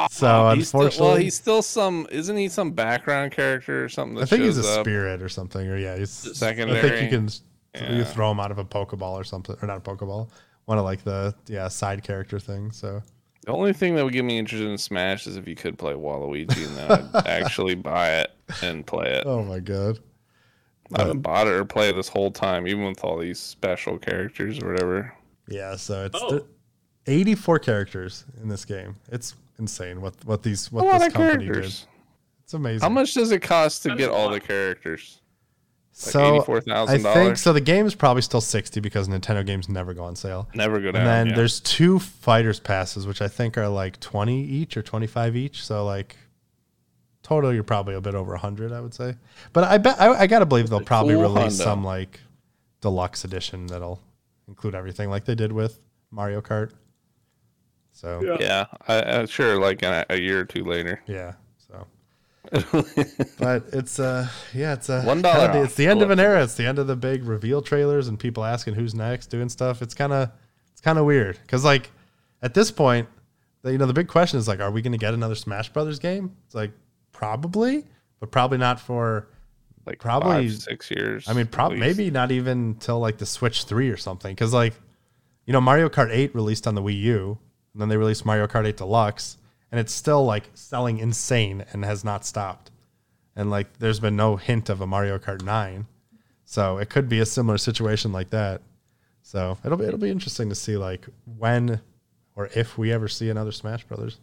No.
so
He's still-
unfortunately
well, he's still some. Isn't he some background character or something? That
I think he's
shows
a
up?
spirit or something, or yeah, he's. I
Secondary.
think you can s- you
Yeah.
throw him out of a pokeball or something, or not a pokeball. One of like the yeah side character thing. So
The only thing that would get me interested in Smash is if you could play Waluigi, and then I'd actually buy it and play it.
oh my god,
I haven't bought it or played it this whole time, even with all these special characters or whatever.
yeah. So it's
Oh.
th- eighty four characters in this game. It's insane what what these
A
what
lot
this
of
company
characters.
did. It's amazing.
How much does it cost to
That's
get
a
all
lot.
the characters? Like
so
eighty-four
I
thousand
think
dollars.
so. The game's probably still sixty because Nintendo games never go on sale.
Never go down.
And then
yeah.
there's two fighters passes, which I think are like 20 each or 25 each. So like total, you're probably a bit over 100, I would say. But I bet I, I gotta believe they'll probably
Cool
release
Honda.
some like deluxe edition that'll include everything, like they did with Mario Kart. So yeah,
yeah, I, I, sure. Like a, a year or two later.
so. but it's uh yeah it's uh
One dollar
kinda the- it's the
off.
end of
Love
an era it's the end of the big reveal trailers and people asking who's next doing stuff it's kind of it's kind of weird because like at this point the, you know the big question is like are we going to get another smash brothers game it's like probably but probably not for
Like
Probably-
probably six years.
i mean
at
probably
least.
maybe not even till like the switch 3 or something because like you know mario kart 8 released on the wii u and then they released mario kart 8 deluxe and it's still like selling insane and has not stopped and like there's been no hint of a mario kart 9 so it could be a similar situation like that so it'll be, it'll be interesting to see like when or if we ever see another smash brothers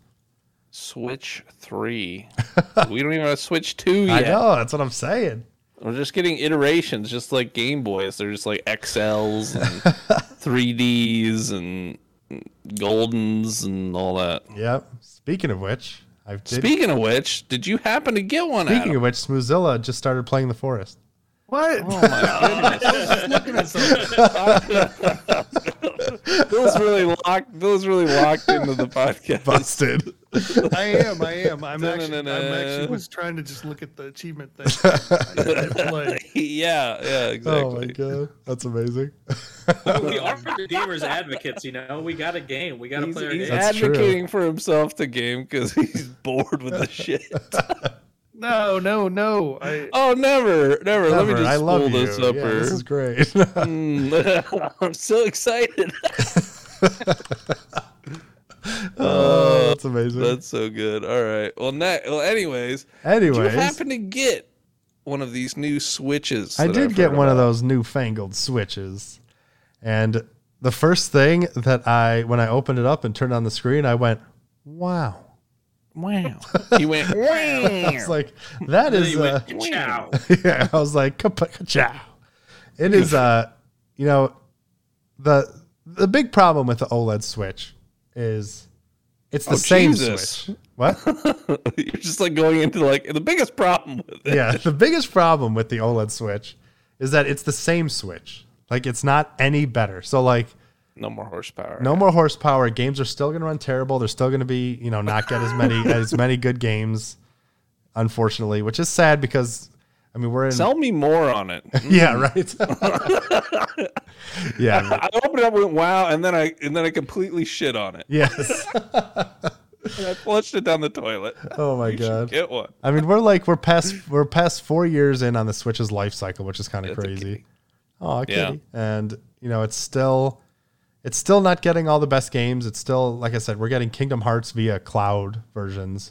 Switch three. we don't even have a Switch two
i
yet.
know that's what i'm saying
We're just getting iterations, just like Game Boys. They're just like XLs and 3Ds and Goldens and all that.
yep speaking of which i've did,
Speaking of which, did you happen to get one?
speaking
Adam?
of which smoozilla just started playing the forest
What?
Bill's really locked. Bill's really locked into the podcast.
busted
I am. I am. I'm actually. I'm actually
Da-na-na-na.
was trying to just look at the achievement thing. I didn't play.
yeah, yeah, exactly.
Oh my god, that's amazing.
we are redeemers advocates, you know. We got a game. We got to
he's
play our
he's
game.
That's true.
advocating for himself to game because he's bored with the shit.
No, no, no. I
Oh, never, never. Let me
Never,
just
I love
pull
you.
this up.
Yeah,
or-
this is great.
Mm, I'm so excited.
oh, that's amazing.
That's so good. All right. Well, na- well anyways, did you
Anyways,
happen to get one of these new switches?
I
that
did
I've
get
heard
one of
about?
those newfangled switches, and the first thing that I when I opened it up and turned on the screen, I went, "Wow!"
Wow. You went.
I was like, "That is."
They
Uh,
went, "Chow."
yeah, I was like, "Kapow!" It is, uh, you know, the the big problem with the OLED switch is it's the
Oh,
same
Jesus.
switch. What?
You're just like going into like the biggest problem with it.
yeah, the biggest problem with the OLED Switch is that it's the same Switch. Like it's not any better. So like
No more horsepower.
no more horsepower. Games are still going to run terrible. They're still going to be, you know, not get as many as many good games unfortunately, which is sad because I mean, we're in.
Sell me more on it.
yeah, right. yeah.
I opened it up with wow, and then I and then I completely shit on it.
Yes.
And I flushed it down the toilet.
Oh my
You should
god.
Get one.
I mean, we're like we're past we're past four years in on the Switch's life cycle, which is kind of
It's a
crazy. Oh,
Yeah.
kitty. And you know, it's still it's still not getting all the best games. It's still like I said, we're getting Kingdom Hearts via cloud versions,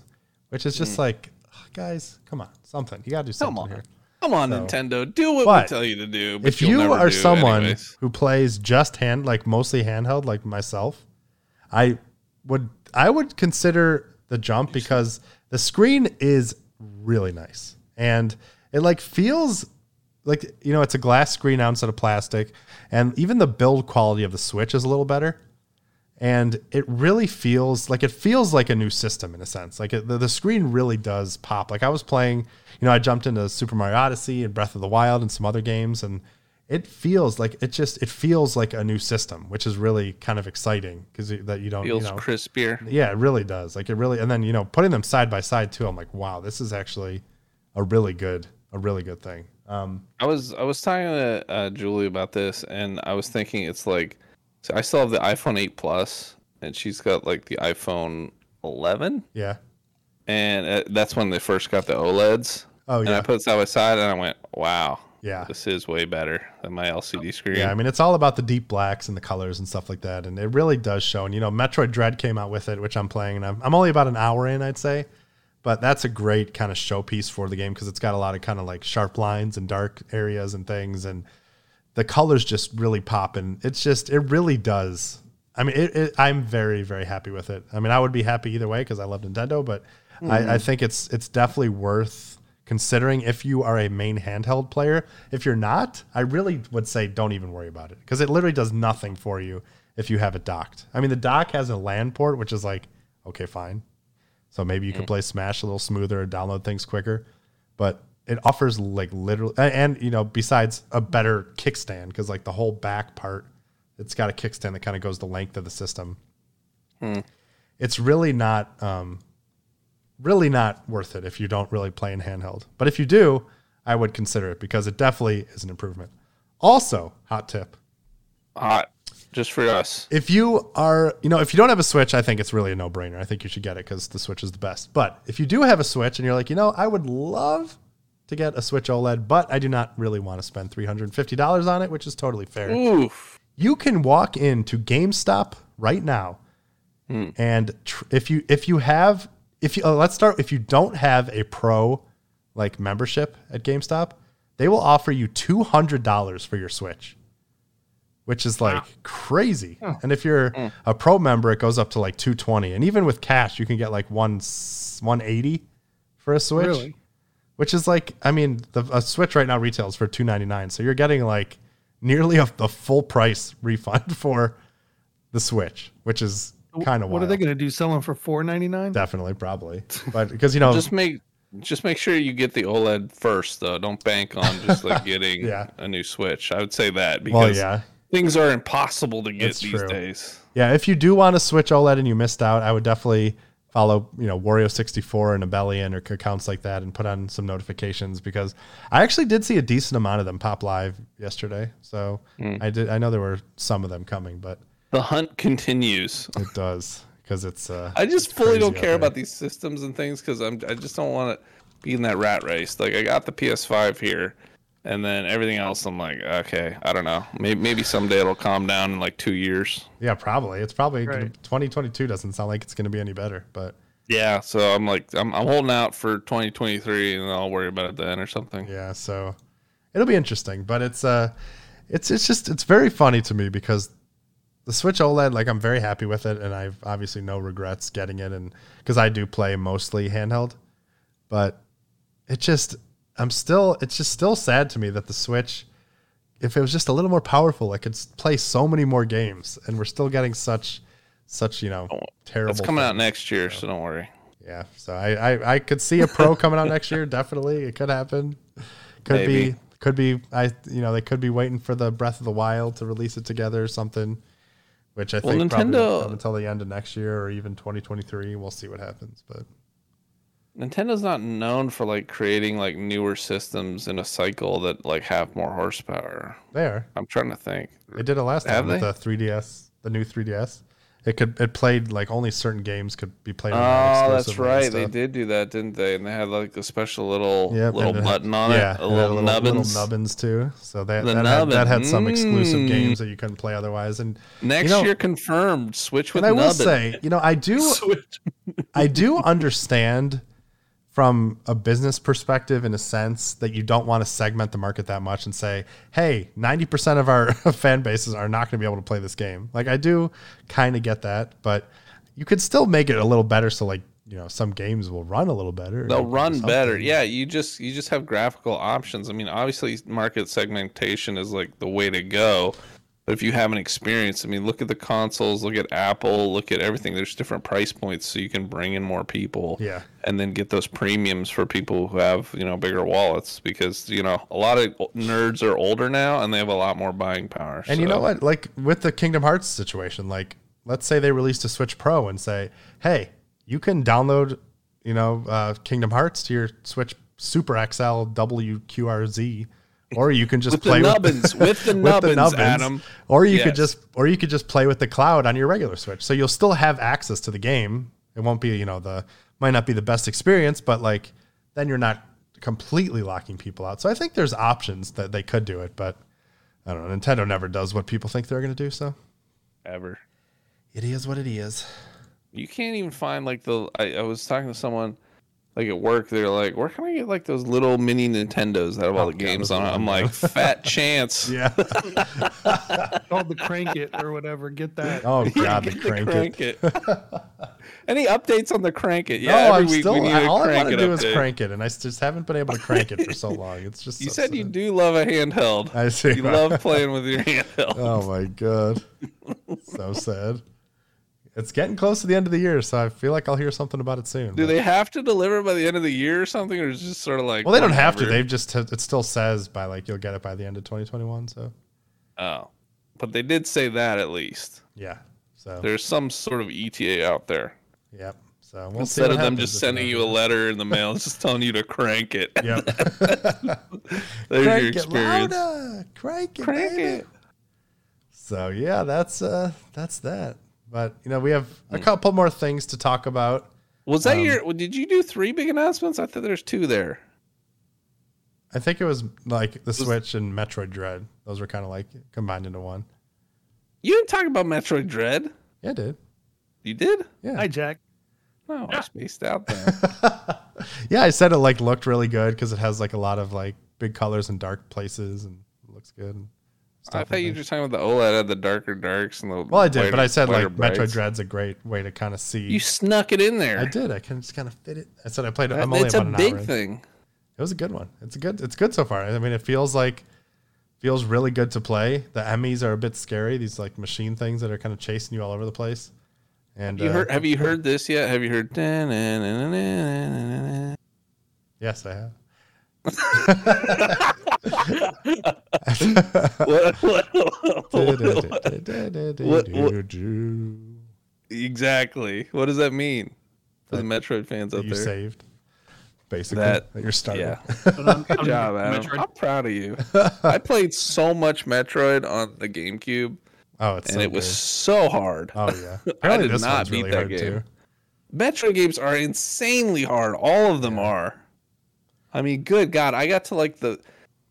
which is just like, ugh, guys, come on, something. You gotta do something
on.
here.
Mm. Come on,
So-
Nintendo. Do what
But
we tell you to do. But
If you
you'll never
are
do
someone
anyways.
who plays just hand, like mostly handheld, like myself, I would I would consider the jump because the screen is really nice and it like feels like you know it's a glass screen now instead of plastic, and even the build quality of the Switch is a little better. And it really feels like it feels like a new system in a sense. Like it, the, the screen really does pop. Like I was playing, you know, I jumped into Super Mario Odyssey and Breath of the Wild and some other games, and it feels like it just it feels like a new system, which is really kind of exciting because that you don't
feels
you know,
crispier.
yeah, it really does. Like it really, and then you know, putting them side by side too, I'm like, wow, this is actually a really good, a really good thing. Um,
I was I was talking to uh, Julie about this, and I was thinking it's like so I still have the iPhone 8 Plus, and she's got like the iPhone 11,
yeah.
and uh, that's when they first got the OLEDs.
Oh
And I
yeah,
put it side by side, and I went, "Wow,
yeah,
this is way better than my LCD screen."
yeah. I mean, it's all about the deep blacks and the colors and stuff like that, and it really does show. And you know, Metroid Dread came out with it, which I'm playing, and I'm, I'm only about an hour in, I'd say, but that's a great kind of showpiece for the game because it's got a lot of kind of like sharp lines and dark areas and things, and the colors just really pop and it's just it really does i mean it, it, i'm very very happy with it i mean i would be happy either way because i love nintendo but I, I think it's it's definitely worth considering if you are a main handheld player if you're not i really would say don't even worry about it because it literally does nothing for you if you have it docked i mean the dock has a lan port which is like okay fine so maybe you could play Smash a little smoother or download things quicker. But it offers like literally, and, and, you know, besides a better kickstand, because like the whole back part, it's got a kickstand that kind of goes the length of the system. It's really not, um, really not worth it if you don't really play in handheld. But if you do, I would consider it because it definitely is an improvement. Also, hot tip
Hot, just for us.
if you are, you know, if you don't have a Switch, I think it's really a no brainer. I think you should get it because the Switch is the best. But if you do have a Switch and you're like, you know, I would love to get a Switch OLED, but I do not really want to spend $350 on it, which is totally fair.
Mm. Oof.
You can walk into GameStop right now. And tr- if you if you have if you uh, let's start if you don't have a pro like membership at GameStop, they will offer you $200 for your Switch which is like crazy. And if you're
Hmm.
a pro member, it goes up to like 220. And even with cash, you can get like one s- 180 for a Switch,
Really?
which is like, I mean, the, a Switch right now retails for 299. So you're getting like nearly a, the full price refund for the Switch, which is kind of
What are they going to do? Sell them for four ninety nine?
Definitely, probably, but because you know,
Just make just make sure you get the OLED first, though. Don't bank on just like getting
Yeah.
a new Switch. I would say that because
well, yeah,
things are impossible to get
That's
these
true.
days.
Yeah, if you do want to switch OLED and you missed out, I would definitely follow, you know, Wario64 and Abellion or accounts like that and put on some notifications because I actually did see a decent amount of them pop live yesterday. So
Hmm.
I did I know there were some of them coming, but
The hunt continues.
it does because it's uh
I just fully
crazy
don't
out
care
there.
about these systems and things because I'm I just don't want to be in that rat race. Like I got the PS5 here, and then everything else I'm like, okay, I don't know. Maybe maybe someday it'll calm down in like two years.
yeah, probably. It's probably gonna-
Right.
2022 doesn't sound like it's going to be any better, but
Yeah, so I'm like I'm, I'm holding out for 2023, and then I'll worry about it then or something.
Yeah, so it'll be interesting, but it's uh it's it's just it's very funny to me because the Switch OLED, like I'm very happy with it, and I've obviously no regrets getting it, and because I do play mostly handheld, but it just I'm still it's just still sad to me that the Switch, if it was just a little more powerful, I could s- play so many more games, and we're still getting such such you know
Oh,
terrible.
It's coming out
things.
next year, so don't worry.
Yeah, so I, I I could see a pro coming out next year. Definitely, it could happen. Could be
Maybe.
could be I you know they could be waiting for the Breath of the Wild to release it together or something, which I
Well,
think probably won't
Nintendo-
come until the end of next year or even 2023. We'll see what happens, but
Nintendo's not known for like creating like newer systems in a cycle that like have more horsepower.
There,
I'm trying to think.
they did it last
Have
time with
they?
the 3DS, the new 3DS. It could it played like only certain games could be played. online
Oh, that's
exclusively and
right. They
stuff.
did do that, didn't they? And they had like a special little
Yep,
little
and it had-
button on
yeah,
it,
it
a
had
little, nubbins.
little nubbins too. So that
The
that had, that
nubbin.
had some exclusive
Mm.
games that you couldn't play otherwise. And
Next
You know-
year confirmed Switch with
and I will
nubbin.
say, you know, I do
Switch.
I do understand from a business perspective in a sense that you don't want to segment the market that much and say, hey, 90% of our fan bases are not going to be able to play this game. Like I do kind of get that, but you could still make it a little better so like, you know, some games will run a little better.
They'll
or
run
something.
better. Yeah, you just you just have graphical options. I mean, obviously market segmentation is like the way to go. But if you have an experience, I mean, look at the consoles, look at Apple, look at everything. There's different price points so you can bring in more people.
Yeah.
and then get those premiums for people who have you know bigger wallets because you know a lot of nerds are older now and they have a lot more buying power.
And you know
So,
what? Like with the Kingdom Hearts situation, like let's say they released a Switch Pro and say, "Hey, you can download, you know, uh, Kingdom Hearts to your Switch Super XL WQRZ, or you can just
With the
play
nubbins, with the nubbins, Adam.
or you could
Yes.
just or you could just play with the cloud on your regular Switch. So you'll still have access to the game. It won't be, you know, the might not be the best experience, but like then you're not completely locking people out. So I think there's options that they could do it, but I don't know. Nintendo never does what people think they're going to do, so
Ever.
it is what it is.
you can't even find like the I, I was talking to someone like at work they're like where can i get like those little mini nintendos that have
Oh,
all the games on it i'm like fat chance
Yeah.
Called the crank it or whatever. Get that.
Oh god, the
Get the
crank, it.
Crank It. any updates on the crank it yeah
no,
every
Oh, I'm
week
still.
we need
I-
a
all I
crank
want to
it
do is
update.
crank it, and I s- just haven't been able to crank it for so long. It's just.
you
so-
said you do love a handheld
I see.
you love playing with your handheld
Oh my god, so sad. It's getting close to the end of the year, so I feel like I'll hear something about it soon.
do
but-
they have to deliver by the end of the year or something or is it just sort of like
well, they don't have to.
whatever?
They've just. It still says by like you'll get it by the end of 2021. So
oh but they did say that at least
yeah. So
there's some sort of eta out there
yep. So we'll see
Instead
what
of them
happens
just
if they
sending you
don't
a letter in the mail, it's just telling you to crank it.
do it. Yep.
There's your
crank it
experience.
louder, crank it,
Crank
baby.
it.
So yeah, that's uh, that's that. But you know, we have
Hmm.
a couple more things to talk about.
Was that
Um,
your? well, Did you do three big announcements? I thought there's two there.
I think it was like the Switch and Metroid Dread. Those were kind of like combined into one.
You didn't talk about Metroid Dread.
Yeah, dude.
You did?
Yeah.
Hi, Jack.
No, I spaced out then.
yeah, I said it like looked really good because it has like a lot of like big colors and dark places and it looks good. And stuff
I
like
thought you
that.
were just talking about the OLED had the darker darks and the.
Well, I did, but I said like Metroid
Metroid
Dread's a great way to kind of see.
You snuck it in there.
I did. I can just kind of fit it. I said I played. it.
That-
I'm only
it's a
about an
big
hour in.
thing.
It was a good one. It's a good. It's good so far. I mean, it feels like feels really good to play. The Emmys are a bit scary. These like machine things that are kind of chasing you all over the place. And
You
uh,
heard? Have you heard this yet? Have you heard? da-na-na-na-na-na-na?
yes, I have.
What- what- what- what-
You
Exactly. What does that mean for the
Uh,
Metroid fans out there?
saved, basically. That,
That-
you're starting.
yeah.
But I'm-
Good
I'm-
job, Adam.
Metroid-
I'm proud of you. I played so much Metroid on the GameCube,
Oh, it's
and
so
it was so hard.
good. Oh yeah.
I
Apparently
did
this
not
one's
beat
really
that
hard
game.
too.
Metroid games are insanely hard. All of them are. I mean, good God, I got to like the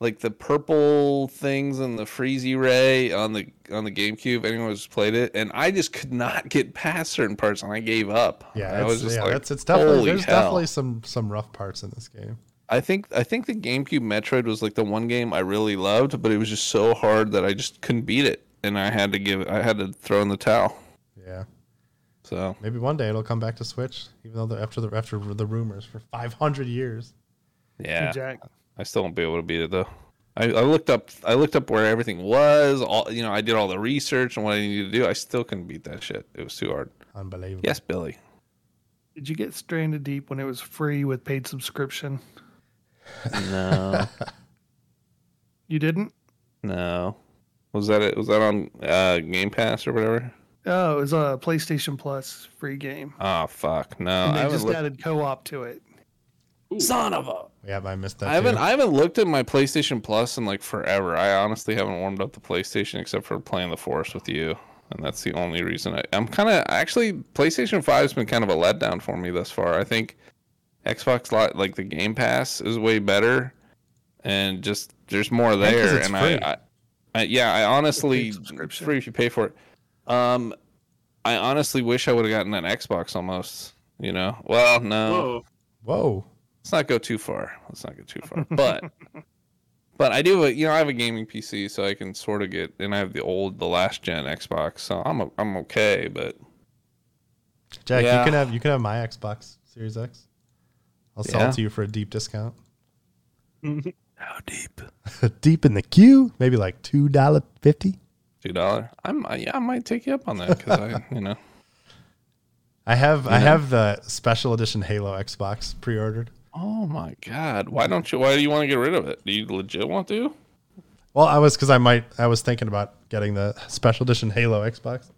like the purple things and the freezy ray on the on the GameCube. Anyone who's played it, and I just could not get past certain parts, and I gave up.
Yeah,
I
it's,
was just
yeah,
like,
that's, it's definitely
"Holy
there's
hell."
definitely some some rough parts in this game.
I think I think the GameCube Metroid was like the one game I really loved, but it was just so hard that I just couldn't beat it, and I had to give I had to throw in the towel.
Yeah,
So
maybe one day it'll come back to Switch, even though the, after the after the rumors for 500 years.
Hi,
yeah,
Jack.
I still won't be able to beat it though. I, I looked up I looked up where everything was. All you know, I did all the research and what I needed to do. I still couldn't beat that shit. It was too hard.
Unbelievable.
Yes, Billy.
Did you get Stranded Deep when it was free with paid subscription?
No,
You didn't?
no. Was that it? Was that on uh, Game Pass or whatever?
Oh, it was a PlayStation Plus free game.
Oh fuck, no.
And
I
they
haven't
just
looked-
added co op to it.
Son of a.
Yeah, I missed that.
I haven't
too.
I haven't looked at my PlayStation Plus in like forever. I honestly haven't warmed up the PlayStation except for playing The Forest with you, and that's the only reason. I, I'm kind of actually PlayStation Five's been kind of a letdown for me thus far. I think Xbox Live, like the Game Pass, is way better, and just there's more
Yeah, 'cause
there.
it's
And
free.
I, I, I, yeah, I honestly it's
subscription.
free if you pay for it. Um, I honestly wish I would have gotten an Xbox almost. You know, well, no
Whoa.
Whoa.
let's not go too far. Let's not go too far. But but I do, have a- you know, I have a gaming PC, so I can sort of get, and I have the old, the last gen Xbox, so I'm a, I'm okay. But
Jack, you
Yeah.
can have you can have my Xbox Series X. I'll sell
Yeah.
it to you for a deep discount.
how deep?
deep in the queue, maybe like two dollar fifty.
Two dollar. I'm I- yeah, I might take you up on that because I, you know,
I have I have the special edition Halo Xbox pre-ordered.
oh my god, why don't you? Why do you want to get rid of it? Do you legit want to?
Well, I was because I might I was thinking about getting the special edition Halo Xbox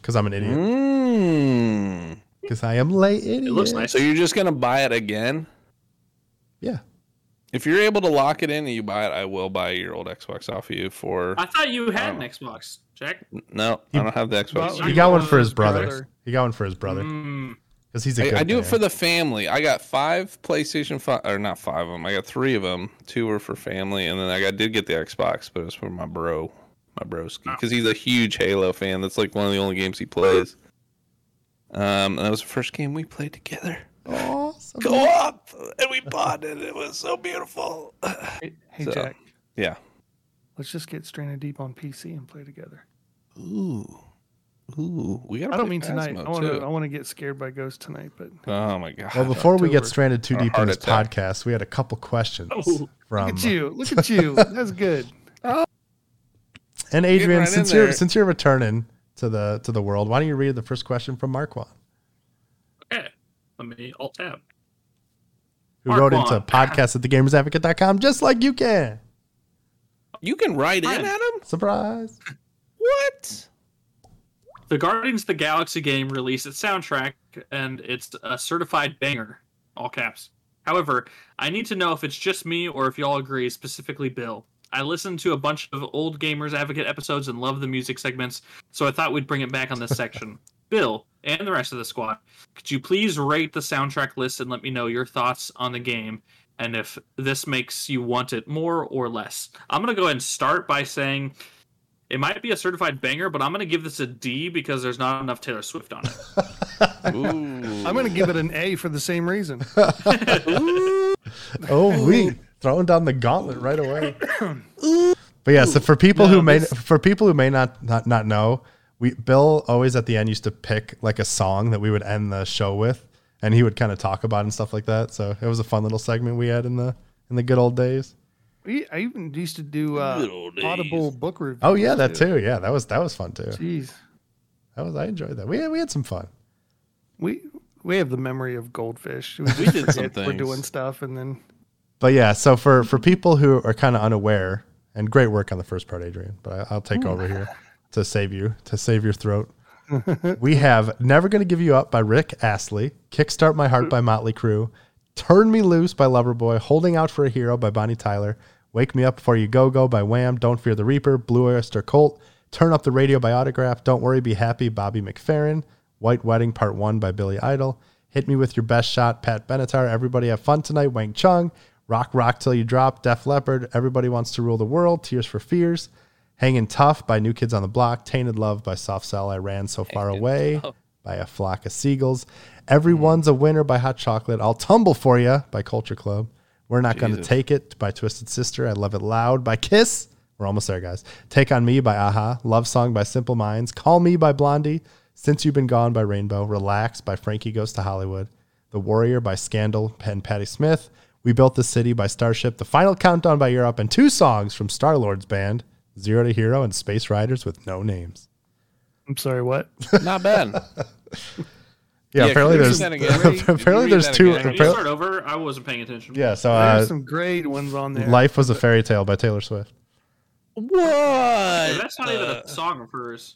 because I'm an
Mm-hmm.
idiot
Mm.
because I am late idiot.
It looks nice.
So you're just gonna buy it again?
Yeah,
If you're able to lock it in and you buy it, I will buy your old Xbox off of you for.
I thought you had
Oh.
an Xbox, Jack.
No, I don't have the Xbox.
he got one for his
His
brother.
brother.
He got one for his brother
Mm,
because he's a good
I, I do it
man.
for the family. I got five PlayStation five, or not five of them. I got three of them. Two were for family, and then I got, did get the Xbox, but it was for my bro, my broski, because he's a huge Halo fan. That's like one of the only games he plays. Um, and that was the first game we played together.
Awesome.
Go up, and we bonded. It was so beautiful.
Hey, hey,
So,
Jack.
yeah.
Let's just get stranded deep on PC and play together.
Ooh, ooh, we got.
I don't mean tonight. I want to. I want to get scared by ghosts tonight, but
Oh my god.
Well, before we get
October.
stranded too
Or
deep in
heart
this
attack.
podcast, we had a couple questions
Oh,
from
look at you. Look at you. That's good.
And Adrian,
right in
since you're
there.
since you're returning to the to the world, why don't you read the first question from Marquand,
okay. Let me alt tab.
who wrote into
Marquand.
podcast at thegamersadvocate.com just like you can.
you can write in,
Fine.
Adam.
Surprise.
What?
The Guardians of the Galaxy game released its soundtrack, and it's a certified banger, all caps. However, I need to know if it's just me or if y'all agree, specifically Bill. I listened to a bunch of old Gamers Advocate episodes and love the music segments, so I thought we'd bring it back on this section. Bill and the rest of the squad, could you please rate the soundtrack list and let me know your thoughts on the game and if this makes you want it more or less? I'm going to go ahead and start by saying it might be a certified banger, but I'm gonna give this a D because there's not enough Taylor Swift on it.
Ooh.
I'm gonna give it an A for the same reason.
Oh, we throwing down the gauntlet right away. but yeah, so for people who may for people who may not not not know, we Bill always at the end used to pick like a song that we would end the show with, and he would kind of talk about it and stuff like that. So it was a fun little segment we had in the in the good old days.
We- I even used to do uh,
Good old days.
Audible book review.
Oh yeah, that too. Yeah, that was that was fun too.
Jeez,
That was I enjoyed that. We had, we had some fun.
we we have the memory of goldfish. We,
We
just
did some
forget We're doing
things.
stuff, and then
But yeah, so for for people who are kind of unaware, and great work on the first part, Adrian. But I, I'll take over here to save you to save your throat. we have "Never Gonna Give You Up" by Rick Astley, "Kickstart My Heart" by Motley Crue, "Turn Me Loose" by Loverboy, "Holding Out for a Hero" by Bonnie Tyler, "Wake Me Up Before You Go Go" by Wham, "Don't Fear the Reaper," Blue Oyster Cult, "Turn Up the Radio" by Autograph, "Don't Worry Be Happy" Bobby McFerrin, "White Wedding" Part One by Billy Idol, "Hit Me with Your Best Shot" Pat Benatar, "Everybody Have Fun Tonight" Wang Chung, "Rock Rock Till You Drop" Def Leppard, "Everybody Wants to Rule the World" Tears for Fears. Hanging Tough by New Kids on the Block, Tainted Love by Soft Cell, I Ran So Far Away by A Flock of Seagulls, Everyone's a Winner by Hot Chocolate, I'll Tumble For You by Culture Club, We're Not Gonna Take It by Twisted Sister, I Love It Loud by Kiss, we're almost there, guys. Take on Me by Aha, Love Song by Simple Minds, Call Me by Blondie, Since You've Been Gone by Rainbow, Relax by Frankie Goes to Hollywood, the Warrior by Scandal and Patti Smith. We Built the City by Starship. The Final Countdown by Europe. And two songs from Star Lord's band, Zero to Hero and Space Riders with No Names.
I'm sorry, what?
Not bad.
Yeah,
Yeah,
apparently
can you read
there's
that again? Can you
apparently
read
there's
that
two.
again?
Can you
appar-
start over? I wasn't paying attention.
yeah, so
There are
uh,
some great ones on there.
Life was a Fairy Tale by Taylor Swift.
What?
uh,
That's not even a song of hers.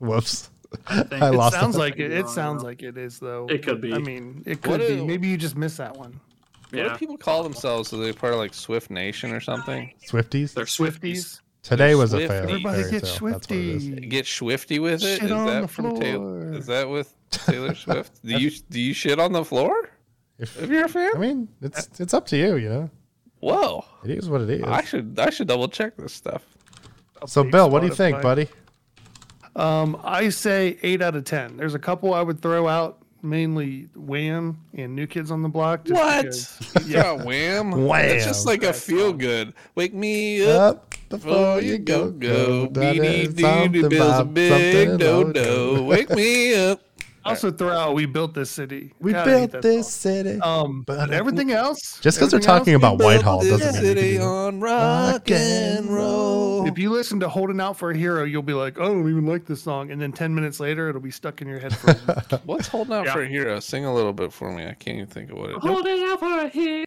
Whoops.
I think
I lost
sounds
it.
like it.
You're
It
wrong,
sounds
though.
like it is though.
It could be.
I mean, it
What
could be.
do-
Maybe you just missed that one.
What
yeah,
do people call themselves? Are they part of like Swift Nation or something?
Swifties.
they're Swifties.
Today was a
Swifties.
fail.
Everybody
fairy
get
tale. That's what it is.
Swifty.
Get swifty with it? Is
Shit on
that
the
from Taylor?
floor.
Is that with Taylor Swift? Do you do you shit on the floor?
If-
If you're
I
a fan?
mean, it's it's up to you. You know,
Whoa!
it is what it is.
I should I should double check this stuff.
so,
Update
Bill, what do you think,
Spotify.
buddy?
Um, I say eight out of ten. There's a couple I would throw out, mainly Wham and New Kids on the Block. just because-
What? Yeah, wham!
Wham.
It's just like a feel good. Wake me up.
Up before oh, you go go.
Dee dee dee
something
dee Bill's a
about
big
something
dodo.
about-
Wake me up.
Also throw out We Built This City.
We
God, I hate
built
that
this
song.
city.
Um, but everything else.
Just because they're
everything else-
talking about Whitehall
Built
doesn't
this
mean you can
city
do it.
on rock and
and
roll.
If you listen to Holding Out for a Hero, you'll be like, I don't even like this song. And then 10 minutes later, it'll be stuck in your head for a week.
What's holding out
Yeah.
for a hero? Sing a little bit for me. I can't even think of what it. Oh,
Holding out for a hero,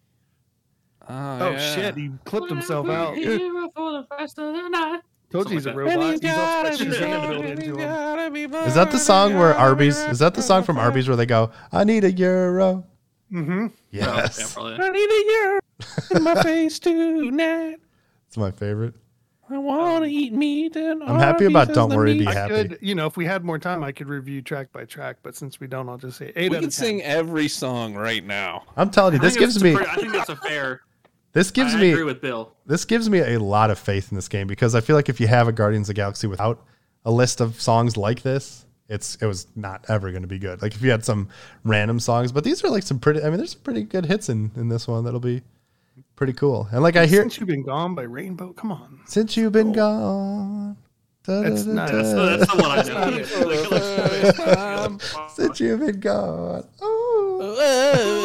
Oh,
yeah.
shit. He clipped himself out.
hero for the rest of the night.
Told you he's a
Something
robot. He's all
gotta be
special
Shazam
burning,
built into him.
gotta be
Is that the
burning,
song where
gotta be
Arby's? Is that the song from Arby's where they go, "I need a euro"?
Mm-hmm.
Oh, yeah,
Yes,
probably.
I need a euro in my face tonight.
it's my favorite.
I want to eat meat and
I'm happy about
Arby's is
Don't
the
Worry,
meat.
Be
I
Happy.
could, you know, if we had more time, I could review track by track, but since we don't, I'll just say eight
We
out
can
of 10.
sing every song right now.
I'm telling you,
I
this
think it's
gives
a
me
pretty- I think that's a fair.
this gives
I
me
agree with Bill.
this gives me a lot of faith in this game because I feel like if you have a Guardians of the Galaxy without a list of songs like this, it's it was not ever going to be good. Like if you had some random songs, but these are like some pretty. I mean, there's some pretty good hits in in this one that'll be pretty cool. And like I hear
Since you've been gone by Rainbow, come on.
since you've been gone. da, da,
That's
da,
not-
da,
that's
That's the, that's the one I know.
First time.
Since you've been gone. Oh.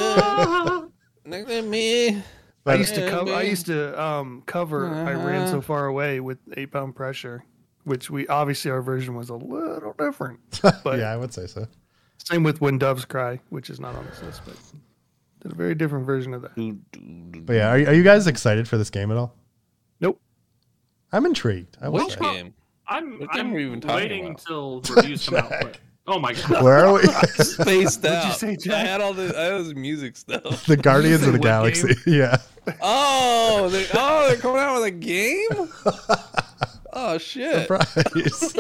Look at me.
I
But-
used to cover. I
baby. Uh-huh.
used to um, cover. I ran so far away with eight pound pressure, which we obviously our version was a little different. But
yeah, I would say so.
same with when doves cry, which is not on this list, but did a very different version of that.
But yeah, are, you- are you guys excited for this game at all?
Nope.
I'm intrigued. I will
Which
say.
game?
I'm,
What game
I'm
were you even talking
waiting
about?
until reviews come out. But, oh my god!
Where are we?
Spaced
you
out.
say,
I
Jack?
had all this. I had all this music stuff.
the Guardians of the
What game?
Galaxy. Yeah.
Oh, they, oh, they're coming out with a game. Oh shit! Uh,
Surprise.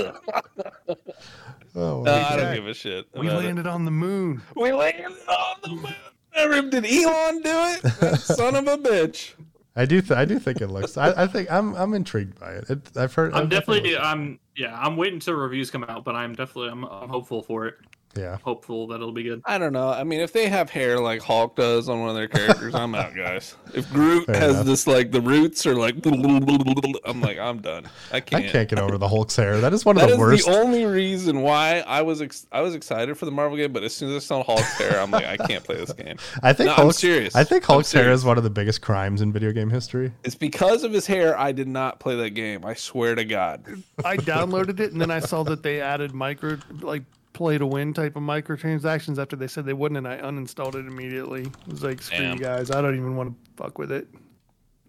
oh, wow.
I don't
Jack.
give a shit.
We
about it.
landed on the moon.
We landed on the moon. Remember, Did Elon do it? That Son of a bitch.
I do. Th- I do think it looks. I, I think I'm. I'm intrigued by it. it I've heard.
I'm
I've
definitely.
heard-
I'm yeah. I'm waiting till reviews come out, but I'm definitely. I'm, I'm hopeful for it.
Yeah.
Hopeful that it'll be good.
I don't know. I mean, if they have hair like Hulk does on one of their characters, I'm out, guys. If Groot
Fair
has
enough.
this like the roots are like, I'm like, I'm done. I
I
can't.
can't get over the Hulk's hair. That is one of
That
the
is
worst.
the only reason why I was ex- I was excited for the Marvel game, but as soon as I saw Hulk's hair, I'm like, I can't play this game.
I think
No, I'm
Hulk's,
serious.
I think
I'm
Hulk's hair
serious.
is one of the biggest crimes in video game history.
It's because of his hair I did not play that game. I swear to God.
I downloaded it and then I saw that they added micro like play to win type of microtransactions after they said they wouldn't and I uninstalled it immediately. It was like screw
Damn.
you guys, I don't even want to fuck with it.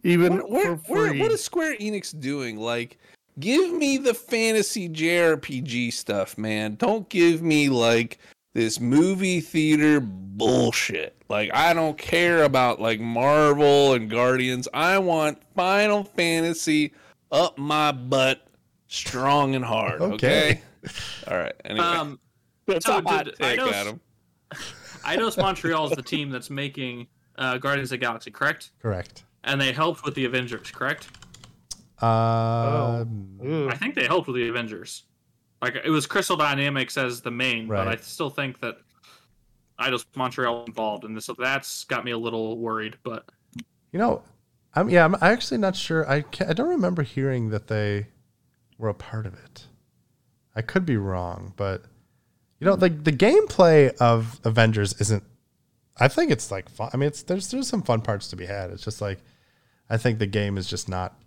Even
What, where,
for
where,
free.
what is Square Enix doing? Like, give me the fantasy JRPG stuff, man. Don't give me like this movie theater bullshit. Like, I don't care about like Marvel and Guardians. I want Final Fantasy up my butt, strong and hard. Okay.
Okay.
All right. Anyway,
Um,
that's
so
a hot
did- I
take,
know s-
Adam.
Eidos Montreal is the team that's making uh, Guardians of the Galaxy, correct?
Correct.
And they helped with the Avengers, correct?
Oh.
Uh,
Ugh.
I think they helped with the Avengers. Like it was Crystal Dynamics as the main, but
Right.
I still think that Eidos Montreal involved in this, so that's got me a little worried. But
You know, I'm yeah. I'm actually not sure. I can I don't remember hearing that they were a part of it. I could be wrong, but you know, the the gameplay of Avengers isn't. I think it's like fun. I mean, it's there's there's some fun parts to be had. It's just like I think the game is just not.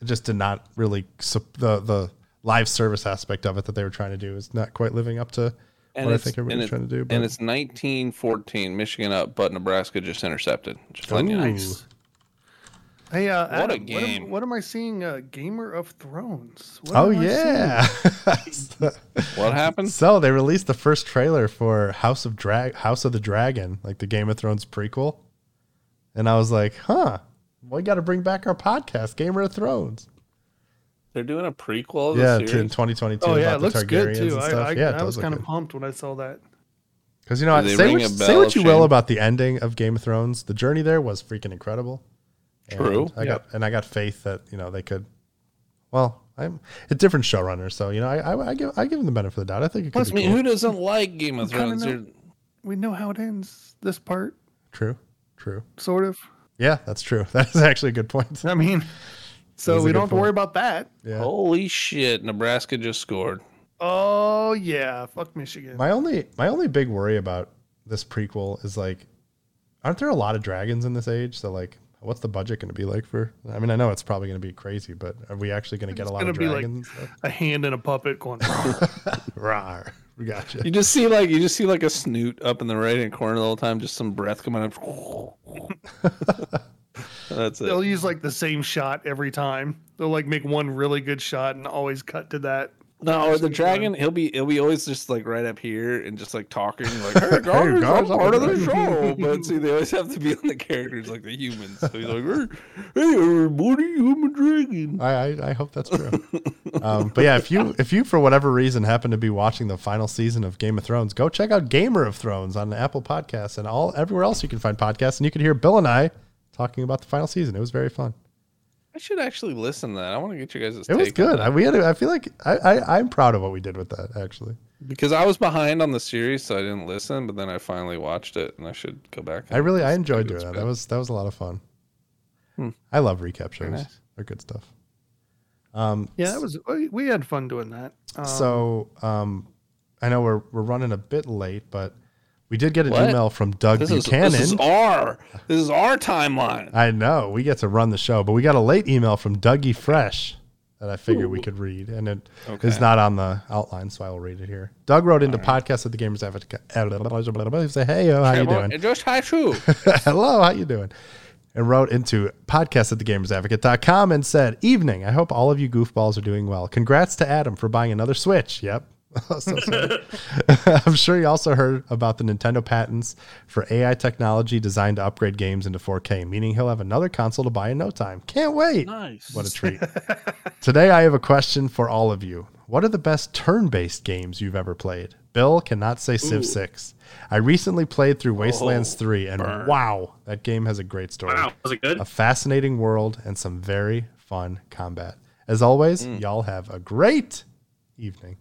It just did not really sup- the the live service aspect of it that they were trying to do is not quite living up to
And
what I
it's-
think
and
everybody's
it-
trying to do. But
And it's 1914, Michigan up, but Nebraska just intercepted. Just letting you know.
Ooh.
Nice. Hey, uh,
What a
Adam, What am,
game.
what am I seeing? Uh, Gamer of Thrones. What
Oh
am I seeing?
yeah.
What happened?
so they released the first trailer for House of Drag House of the Dragon, like the Game of Thrones prequel. And I was like, huh, we gotta bring back our podcast, Gamer of Thrones.
They're doing a prequel of
Yeah,
the
to, in
series.
2022
Oh yeah,
about
it
the
looks
Targaryens
good
and
too. I,
stuff.
I,
yeah, it
I
does
was
look
kind of
good.
pumped when I saw that.
Because you know,
Do
what,
they
say
ring
what,
a
say
bell,
what you will
Shane?
about the ending of Game of Thrones, the journey there was freaking incredible. And
True.
I got and I got faith that you know they could. Well, I'm a different showrunner, so you know I I, I give I give them the benefit of the doubt. I think it could
Plus, I
be
mean,
cool.
who doesn't like Game of
Kinda
Thrones?
know.
You're-
We know how it ends. This part,
True, true.
sort of.
Yeah, that's true. That is actually a good point.
I mean,
That
so
is a
we
good
don't have to worry about that.
Yeah.
Holy shit! Nebraska just scored.
Oh yeah, fuck Michigan.
My only my only big worry about this prequel is like, aren't there a lot of dragons in this age? So like, what's the budget going to be like for? I mean, I know it's probably going to be crazy, but are we actually going to get a
It's
lot of
gonna be like-
dragons? and stuff?
a hand and a puppet going.
Rawr. We got you.
You just see like you just see like a snoot up in the right hand corner the whole time, just some breath coming up. That's it.
They'll use like the same shot every time. They'll like make one really good shot and always cut to that.
No, or the dragon, he'll be he'll be always just like right up here and just like talking like, "Hey guys,
Hey, guys,
I'm
I'm
part of
a
the show." But see, they always have to be on the characters like the humans. So he's like, "Hey, "Hey, everybody, I'm a dragon."
I, I, I hope that's true. um, but yeah, if you if you for whatever reason happen to be watching the final season of Game of Thrones, go check out Gamer of Thrones on the Apple Podcasts and all everywhere else you can find podcasts, and you can hear Bill and I talking about the final season. It was very fun.
I should actually listen to that. I want to get you guys.
It was good. I, we had. A, I feel like I, I I'm proud of what we did with that actually.
because I was behind on the series, so I didn't listen. But then I finally watched it, and I should go back.
I
and
really I
listen.
enjoyed
It's
doing that.
good.
That was that was a lot of fun.
Hmm.
I love recap shows.
nice.
They're good stuff. Um,
Yeah, that was we- we had fun doing that. Um,
so um, I know we're we're running a bit late, but we did get an
What?
email from Doug
This is,
Buchanan.
this is our this is our timeline.
I know we get to run the show, but we got a late email from Dougie Fresh that I figured we could read, and it is
Okay.
not on the outline, so I will read it here. Doug wrote into podcast at the Gamers Advocate. He said, "Hey, yo, how you doing?
It just hi true.
Hello, how you doing? And wrote into podcast at thegamersadvocate.com and said, Evening, I hope all of you goofballs are doing well. Congrats to Adam for buying another Switch. Yep. So sorry. I'm sure you also heard about the Nintendo patents for AI technology designed to upgrade games into 4K, meaning he'll have another console to buy in no time. Can't wait.
Nice.
What a treat. Today, I have a question for all of you. What are the best turn based games you've ever played? Bill cannot say Civ 6. I recently played through Wastelands 3, and wow, that game has a great story,
Wow, was it good?
a fascinating world, and some very fun combat. As always, y'all have a great evening.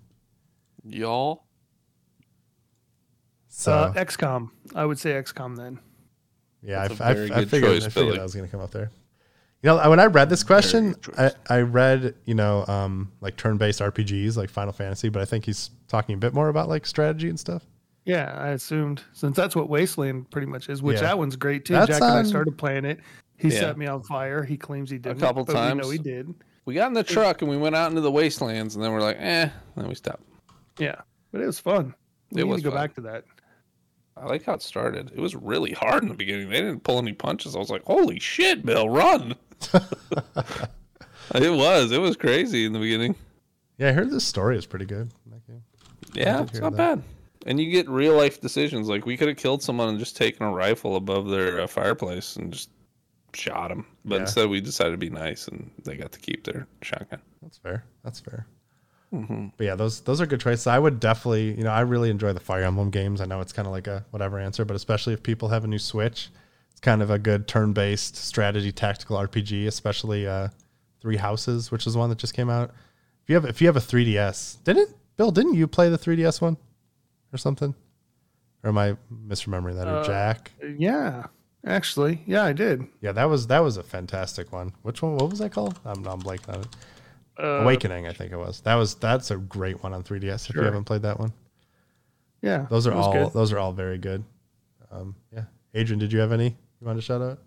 Y'all,
So,
uh, XCOM, I would say XCOM then.
yeah, I,
that's a
I-
very
I
good
figured,
choice,
I, figured
Billy.
that was going to come up there. You know, when I read this question,
good
I,
choice.
I read, you know, um, like turn based RPGs like Final Fantasy, but I think he's talking a bit more about like strategy and stuff.
Yeah, I assumed since that's what Wasteland pretty much is, which
Yeah.
that one's great too.
That's
Jack and I
on-
started playing it. He
Yeah.
set me on fire. He claims he didn't.
couple
but we
times.
know he did.
we got in the truck and we went out into the wastelands, and then we're like, eh, then we stopped.
Yeah, but it was fun. We
It
need
was
to go
fun.
back to that.
I like how it started. It was really hard in the beginning. They didn't pull any punches. I was like, holy shit, Bill, run. it was. It was crazy in the beginning.
Yeah, I heard this story is pretty good. That game.
Yeah,
did
it's
hear
not
that.
bad. And you get real life decisions. Like, we could have killed someone and just taken a rifle above their uh, fireplace and just shot them. But
Yeah.
instead, we decided to be nice and they got to keep their shotgun.
That's fair. That's fair.
hmm
But yeah, those those are good choices. I would definitely, you know, I really enjoy the Fire Emblem games. I know it's kind of like a whatever answer, but especially if people have a new Switch, it's kind of a good turn-based strategy tactical RPG, especially uh, Three Houses, which is one that just came out. If you have if you have a 3DS, didn't Bill? Didn't you play the 3DS one or something? Or am I misremembering that? Or
Uh,
Jack?
Yeah, actually, yeah, I did.
Yeah, that was that was a fantastic one. Which one? What was that called? I'm I'm blanking on it.
Uh,
Awakening, I think it was. That was that's a great one on 3DS. If you
Sure.
haven't played that one,
Yeah,
those are
it was
all
good.
those are all very good. Um, yeah, Adrian, did you have any you want to shout out?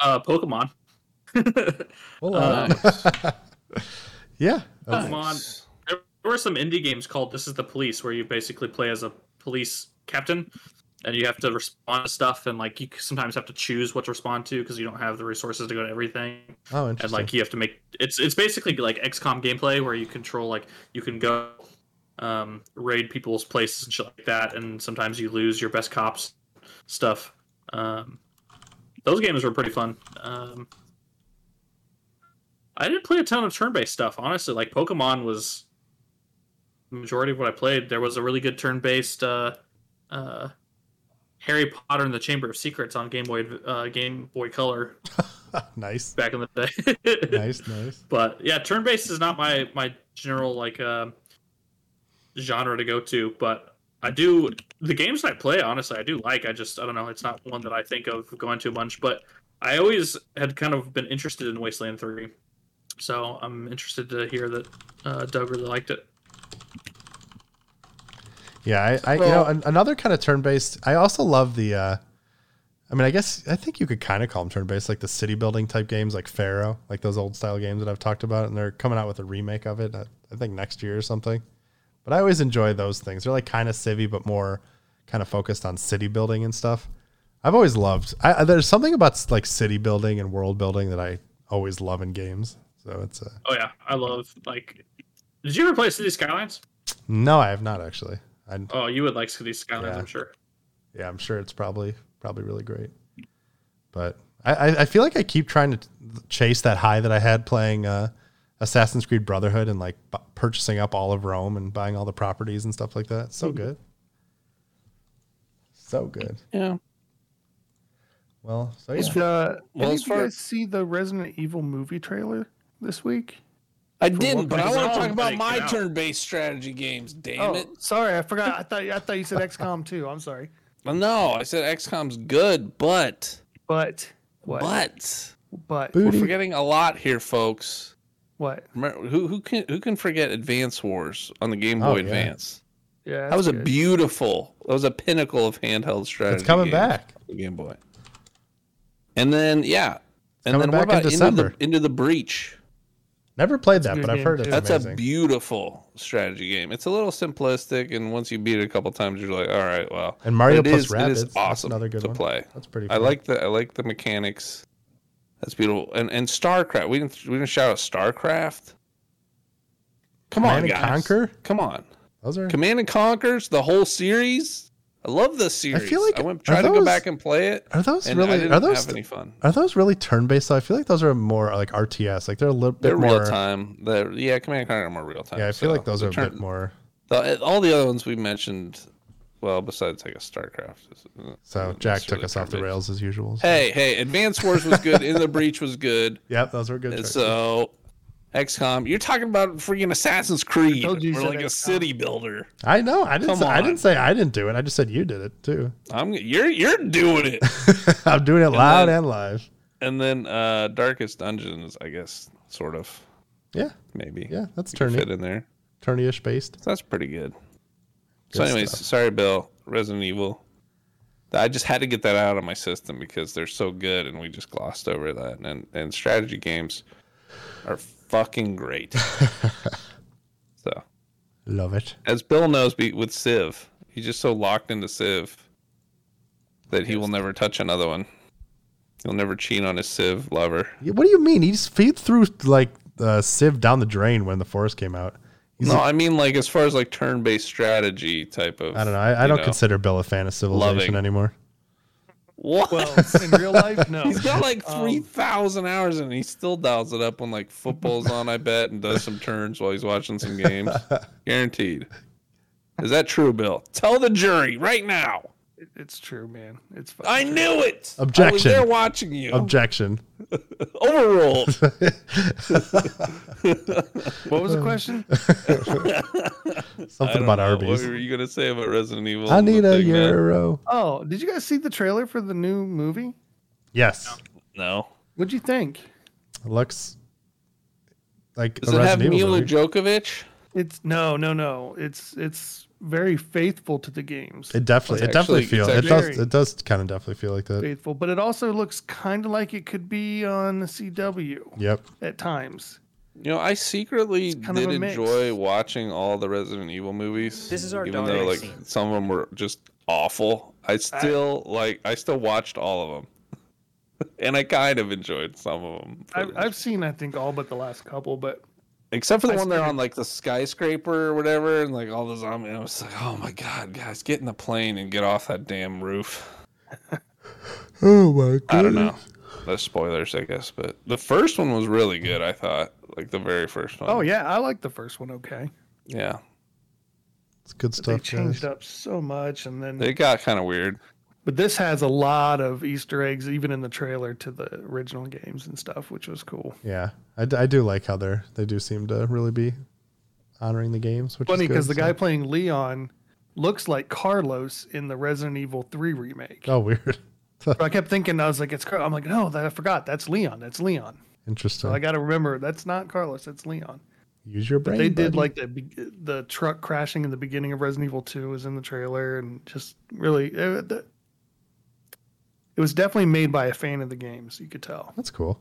Uh, Pokemon.
Hola. Uh, yeah, Oh,
Pokemon. There were some indie games called This Is the Police, where you basically play as a police captain, and you have to respond to stuff, and like you sometimes have to choose what to respond to because you don't have the resources to go to everything.
Oh,
And
interesting.
like you have to make it's it's basically like XCOM gameplay where you control like you can go um, raid people's places and shit like that, and sometimes you lose your best cops stuff. Um, those games were pretty fun. Um, I didn't play a ton of turn-based stuff, honestly. Like Pokemon was the majority of what I played. There was a really good turn-based uh, uh, Harry Potter and the Chamber of Secrets on Game Boy uh, Game Boy Color
nice,
back in the day.
nice, nice.
But yeah, turn based is not my my general like um genre to go to. But I do the games that I play. Honestly, I do like. I just I don't know. It's not one that I think of going to a bunch. But I always had kind of been interested in Wasteland Three, so I'm interested to hear that uh, Doug really liked it.
Yeah, I, I you know
Well-
an, another kind of turn based. I also love the. uh I mean, I guess I think you could kind of call them turn based, like the city building type games, like Pharaoh, like those old style games that I've talked about, and they're coming out with a remake of it. I, I think next year or something. But I always enjoy those things. They're like kind of civvy, but more kind of focused on city building and stuff. I've always loved. I, I- there's something about like city building and world building that I always love in games. So it's uh, a
Oh yeah, I love like. Did you ever play City Skylines?
no. I have not actually. I,
Oh, you would like City Skylines,
Yeah.
I'm sure.
yeah, I'm sure it's probably probably really great. But I, I, I feel like I keep trying to chase that high that I had playing uh, Assassin's Creed Brotherhood and like bu- purchasing up all of Rome and buying all the properties and stuff like that.
Hmm.
So good, so good.
Yeah.
Well, so yeah.
Did, uh,
Well,
any
as
of you
far-
guys see the Resident Evil movie trailer this week?
I
didn't,
didn't,
but
but I
it's
want to
all
talk about
taken
my
out.
turn-based strategy games. Damn
oh,
it!
sorry, I forgot. I thought I thought you said XCOM too. I'm sorry,
Well, no, I said XCOM's good, but
but what?
but
But
we're
Booty.
forgetting a lot here, folks.
what?
Remember, who who can who can forget Advance Wars on the Game Boy
Oh, yeah.
Advance?
Yeah,
That
that's
was a
good.
beautiful. That was a pinnacle of handheld strategy.
it's coming
games
back.
on The Game Boy. And then yeah, and
coming
then what
back in
about into the,
December.
into the breach?
Never played
a
that,
good
but I've
game,
heard it's
too.
That's
amazing.
a beautiful strategy game. It's a little simplistic, and once you beat it a couple times, you're like, all right, well.
and Mario
But it
plus
is-
rabbits.
It is
that's
awesome
Another good
to
one.
play.
That's pretty.
I
fun.
like the I like the mechanics. That's beautiful. And and StarCraft. We didn't we didn't shout out StarCraft. Come
Command
on,
and
guys.
Conquer.
Come on.
Those are.
Command and Conquer's the whole series. I love this series. I feel
like-
like I went
are
tried to go
those-
back and play it.
Are those
And I
really?
didn't
Are those?
have any fun?
Are those really turn based? I feel like those are more like RTS. Like they're a little bit
They're
more.
real time. They're yeah, Command and Conquer are more real time.
Yeah, I feel
so
like those
the
are a
turn-
bit more.
the- all the other ones we mentioned. Well, besides I guess StarCraft. is- uh, isn't
So Jack took
necessarily
us off the
turn-based.
rails as usual. so-
Hey, hey! Advanced Wars was good. In the Breach was good.
Yep, those were good.
And
choices.
so, XCOM, you're talking about freaking Assassin's Creed
told you you
or
said
like a
XCOM.
city builder.
I know. I didn't.
Come
Say, I
on.
didn't say I didn't do it. I just said you did it too.
I'm you're you're doing it.
I'm doing it loud
then-
and live.
and then uh Darkest Dungeons, I guess, sort of
Yeah,
maybe
yeah. That's
You can fit
turny,
in there.
turny-ish based.
So that's pretty good. so,
Good
anyways,
stuff.
sorry, Bill. Resident Evil. I just had to get that out of my system because they're so good, and we just glossed over that. And and strategy games are fucking great. so
Love it.
as Bill knows be- with Civ, he's just so locked into Civ that he will never touch another one. He'll never cheat on his Civ lover.
Yeah, What do you mean? He just feed through like uh, Civ down the drain when the forest came out. He's
no, I mean like as far as like turn-based strategy type of.
I don't know. I, I
you
don't consider Bill a fan of civilization
loving.
anymore.
What?
Well, in real life, no.
He's got like
Um,
three thousand hours and he still dials it up when like football's on, I bet, and does some turns while he's watching some games. Guaranteed. Is that true, Bill? Tell the jury right now.
It- It's true, man. It's fine.
I knew it. I was
Objection.
there watching you.
Objection.
Overruled.
What was the question?
Something
I
about
don't know.
Arby's.
What were you gonna say about Resident Evil?
I
and the
need a
thing that-
euro.
Oh, did you guys see the trailer for the new movie?
Yes,
No.
What'd you think?
looks like
Does
a
it have
Resident Evil
Mila
movie.
Djokovic?
It's no, no, no. It's it's very faithful to the games.
It definitely,
It's
it definitely
actually-
feels,
it's
it does,
actually-
it does kind of definitely feel like that.
faithful, but it also looks kind of like it could be on the CW
Yep.
at times.
You know, I secretly
kind of
did
a mix.
enjoy watching all the Resident Evil movies.
This is our
even
daughter
though like
scene.
some of them were just awful. I still like. I still watched all of them, and I kind of enjoyed some of them,
I've, I've seen I think all but the last couple, but
except for the
I
one they're
started-
on like the skyscraper or whatever, and like all the zombies. I was like, oh my god, guys, get in the plane and get off that damn roof.
Oh my god.
I don't know. That's spoilers, I guess, but the first one was really good. I thought, like the very first one.
oh yeah, I like the first one. Okay,
yeah.
It's good
But
stuff.
they changed
guys.
up so much, and then
It got kind of weird.
but this has a lot of Easter eggs, even in the trailer to the original games and stuff, which was cool.
Yeah, I, d- I do like how they're they do seem to really be honoring the games. Which
Funny
is good,
because the
so-
guy playing Leon looks like Carlos in the Resident Evil Three remake.
Oh, weird.
So I kept thinking I was like, it's Car-. I'm like, no, that I forgot. That's Leon. That's Leon. So
Interesting.
I got to remember that's not Carlos. That's Leon.
Use your
But
brain.
they did
buddy.
like the be- the truck crashing in the beginning of Resident Evil Two was in the trailer, and just really, it, the- it was definitely made by a fan of the games. You could tell
That's cool.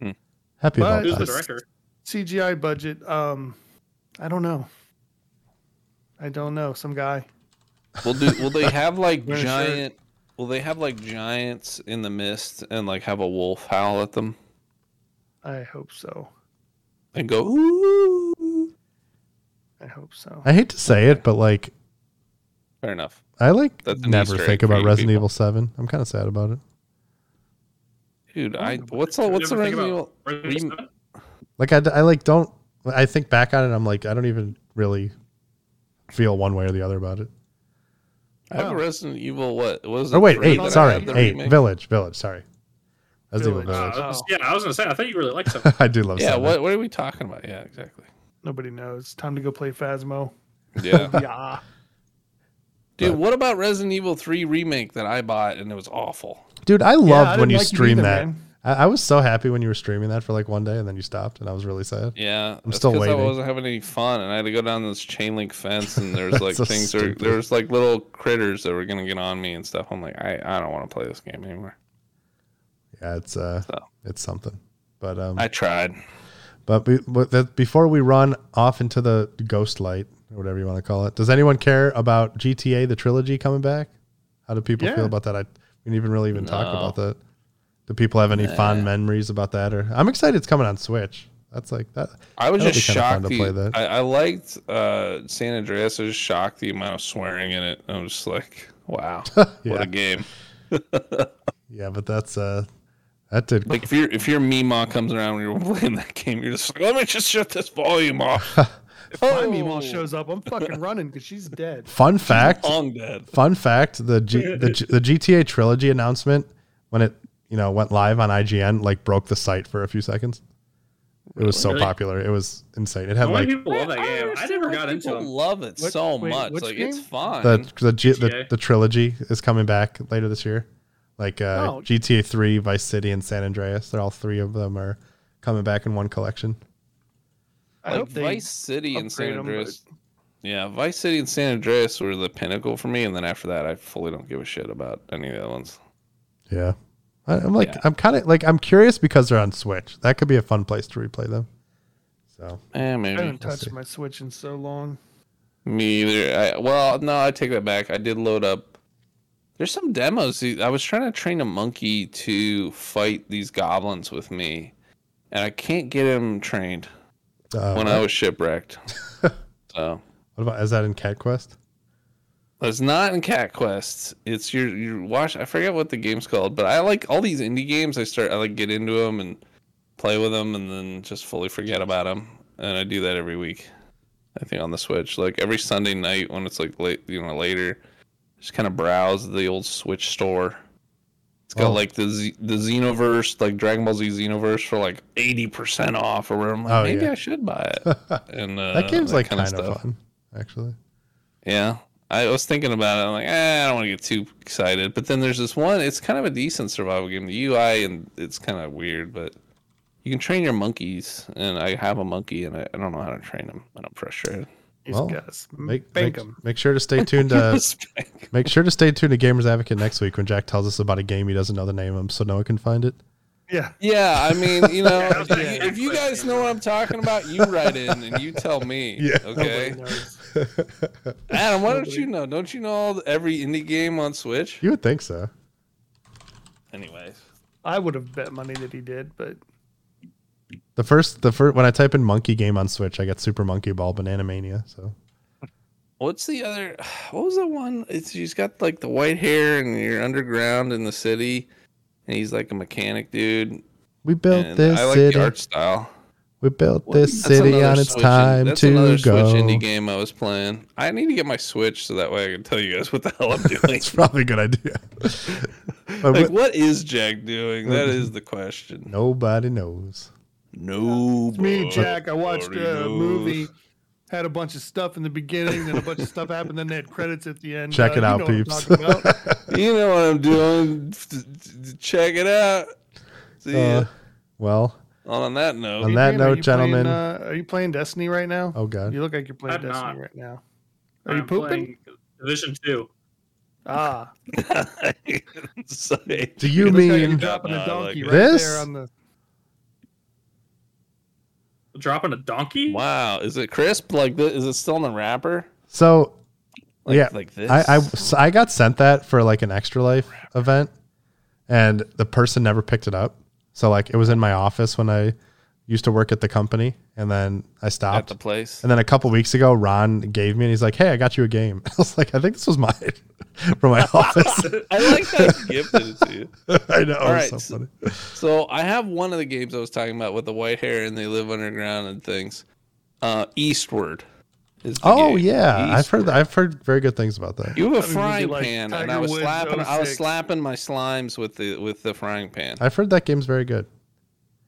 Hmm.
Happy
But-
Who's
about
the
that.
director?
CGI budget. Um, I don't know. I don't know. Some guy.
Will do? Will they have like
Wear a shirt.
giant? Will they have like giants in the mist and like have a wolf howl at them
I hope so.
and go ooh?
I hope so.
I hate to say it, but like
Fair enough.
I like
That's an
never
Easter
think
egg for
about
you
Resident
people.
Evil Seven. I'm kind of sad about it.
Dude, I
Oh,
what's the what's the
Did you ever think
Resident Evil?
about Resident
rem-
Evil?
Like I, d- I, like don't. I think back on it. I'm like I don't even really feel one way or the other about it.
I have a
Oh.
Resident Evil. What was?
Oh wait,
three
eight.
that I
Sorry,
had the
eight.
remake?
Village, village. Sorry, Resident Evil
Village.
Village.
Uh, I was-
Oh.
yeah, I was gonna say. I thought you really liked something.
I do love.
Yeah.
Seven.
What What are we talking about? Yeah. Exactly.
Nobody knows. Time to go play Phasmo.
Yeah.
Yeah.
Dude, what about Resident Evil Three remake that I bought and it was awful?
Dude, I
Yeah, I
loved when
didn't
you
like it
streamed
either,
that.
man.
I, I was so happy when you were streaming that for like one day, and then you stopped, and I was really sad.
Yeah,
I'm
that's
still
'cause I
waiting.
wasn't having any fun, and I had to go down this chain link fence, and there's
That's
like
so
things are,
stupid.
there was like little critters that were gonna get on me and stuff. I'm like, I, I don't want to play this game anymore.
Yeah, it's uh,
So.
it's something. But um,
I tried.
but, be, but that, before we run off into the ghost light or whatever you want to call it, does anyone care about GTA the trilogy coming back? How do people
Yeah.
feel about that? I we didn't even really even talk
No.
about that. Do people have any fond memories about that? Or I'm excited it's coming on Switch. That's like that.
I was
That'd
just
be kinda fun
shocked.
to
The,
play that.
I, I liked uh, San Andreas. I was just shocked the amount of swearing in it. I was just like, wow, what
Yeah.
a game!
Yeah, but that's uh, that did
Like if your if your Mima comes around when you're playing that game, you're just like, let me just shut this volume off.
If my Meemaw
Oh.
shows up, I'm fucking running because she's dead.
fun fact.
Long dead.
Fun fact: the G, the, G, the GTA trilogy announcement when it you know went live on IGN like broke the site for a few seconds. It was so
Really?
popular. It was insane. It had
Why
like
do people love that
don't
game? I
understand
never
why
got into
people
them.
Love it
What-
so
wait,
much.
which
Like it's
game?
fine.
the the, G, the
GTA.
the trilogy is coming back later this year. Like uh,
Oh.
GTA Three, Vice City, and San Andreas. They're all three of them are coming back in one collection.
I
like
hope they
Vice City and San
upgrade 'em,
Andreas. yeah, Vice City and San Andreas were the pinnacle for me, and then after that, I fully don't give a shit about any of the other ones.
Yeah, I, I'm like
Yeah.
I'm kind of like I'm curious because they're on Switch. That could be a fun place to replay them. So
Eh,
I
maybe
haven't
We'll
touched
see.
my Switch in so long.
me either. I, well, no, I take that back. I did load up. There's some demos. See, I was trying to train a monkey to fight these goblins with me, and I can't get him trained
uh,
when I was shipwrecked. so
what about is that in Cat Quest?
It's not in Cat Quest. It's your your watch. I forget what the game's called, but I like all these indie games. I start I like get into them and play with them, and then just fully forget about them. And I do that every week. I think on the Switch, like every Sunday night when it's like late, you know, later, just kind of browse the old Switch store. It's got
Oh.
like the Z, the Xenoverse, like Dragon Ball Z Xenoverse, for like eighty percent off, or where I'm like,
Oh,
maybe
yeah.
I should buy it.
that
And uh,
game's like kind
kinda
of fun, actually.
yeah. I was thinking about it. I'm like, eh, I don't want to get too excited. But then there's this one. It's kind of a decent survival game. The UI and it's kind of weird, but you can train your monkeys. And I have a monkey, and I, I don't know how to train him. And I'm frustrated.
These
Well,
guys.
make,
Bank
make,
'em.
make sure to stay tuned to
Spank.
make sure to stay tuned to Gamers Advocate next week when Jack tells us about a game he doesn't know the name of so no one can find it.
Yeah.
Yeah, I mean, you know,
Yeah,
if
that
you,
was
if you
exactly
guys know what I'm talking about, you write in and you tell me.
Yeah.
Okay.
Nerds.
Adam, why don't you know? Don't you know all the, every indie game on Switch?
You would think so.
Anyways.
I would have bet money that he did, but
The first, the first when I type in monkey game on Switch, I get Super Monkey Ball Banana Mania. So
What's the other? What was the one? It's he's got like the white hair and you're underground in the city, and he's like a mechanic dude.
we built
And
this
I like
city.
the art style.
We built
Well,
this
that's
city
another
on its
Switch in-
time
that's
to
another
go.
Switch indie game I was playing. I need to get my Switch so that way I can tell you guys what the hell I'm doing.
It's probably a good idea. But
like,
what-
what is Jack doing? That is the question.
nobody knows.
No,
me and Jack, I watched a movie, had a bunch of stuff in the beginning, then a bunch of stuff happened, then they had credits at the end.
Check
Uh,
it
you
out,
know what I'm
peeps.
talking about.
You know what I'm doing? Check it out. See ya.
Uh, well,
on that note,
on that
Adrian, are
note,
you
gentlemen.
Playing, uh, are you playing Destiny right now?
oh god,
You look like you're playing
I'm
Destiny
not.
right now. Are you
I'm
pooping?
playing Division two.
Ah,
um,
Sorry.
do you
look like you're
mean
dropping
No,
a
I
donkey
like
it.
right
This?
there on the?
Dropping a donkey?
Wow, is it crisp? Like this? Is it still in the wrapper?
so?
Like,
Yeah,
like this.
I, I so I got sent that for like an extra life event, and the person never picked it up. So like it was in my office when I used to work at the company, and then I
at
stopped.
the place.
and then a couple weeks ago, Ron gave me, and he's like, "Hey, I got you a game." I was like, "I think this was mine from my office."
I like that he gifted it to you.
I know.
All
it was
right,
so
so-
funny.
So I have one of the games I was talking about with the white hair and they live underground and things. Uh, Eastward. Is the
Oh
game.
yeah, I've heard
Eastward.
I've heard very good things about that.
You have a
I mean,
frying
you do like
pan, and
Tiger
I was
Woods
slapping. I was
06.
slapping my slimes with the with the frying pan.
I've heard that game's very good.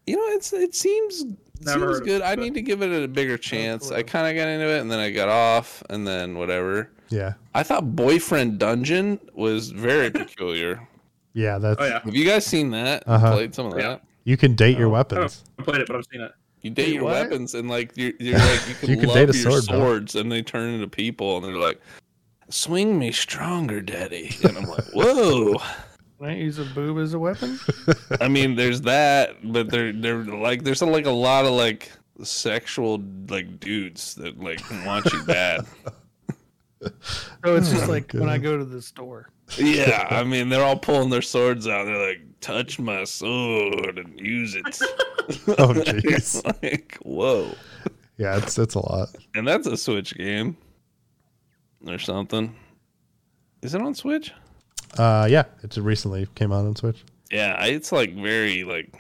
You know, it's it seems it
Never heard
seems
of it,
good. I
but-
need to give it a bigger chance. I
clue.
kind of got into it, and then I got off, and then whatever.
Yeah,
I thought Boyfriend Dungeon was very peculiar.
yeah. That's
Oh yeah.
Have you guys seen that?
Uh-huh.
Played some of that?
Yeah.
you can date your
Oh.
weapons.
I played it, but I've seen it.
You date
Wait,
your
what?
weapons, and like you're, you're like you can,
You can
love
date a
your
sword, bro.
swords, and they turn into people, and they're like, "Swing me stronger, daddy." And I'm like, "Whoa."
Can I use a boob as a weapon?
I mean, there's that, but they're they're like there's like a lot of like sexual like dudes that like want you bad.
So it's
Oh,
just like when I
God.
go to the store.
yeah, I mean, they're all pulling their swords out. They're like, "Touch my sword and use it."
Oh, jeez.
It's like, whoa,
Yeah, it's it's a lot.
and that's a Switch game or something. Is it on Switch?
Uh, yeah, it just recently came out on Switch.
Yeah, I- it's like very like.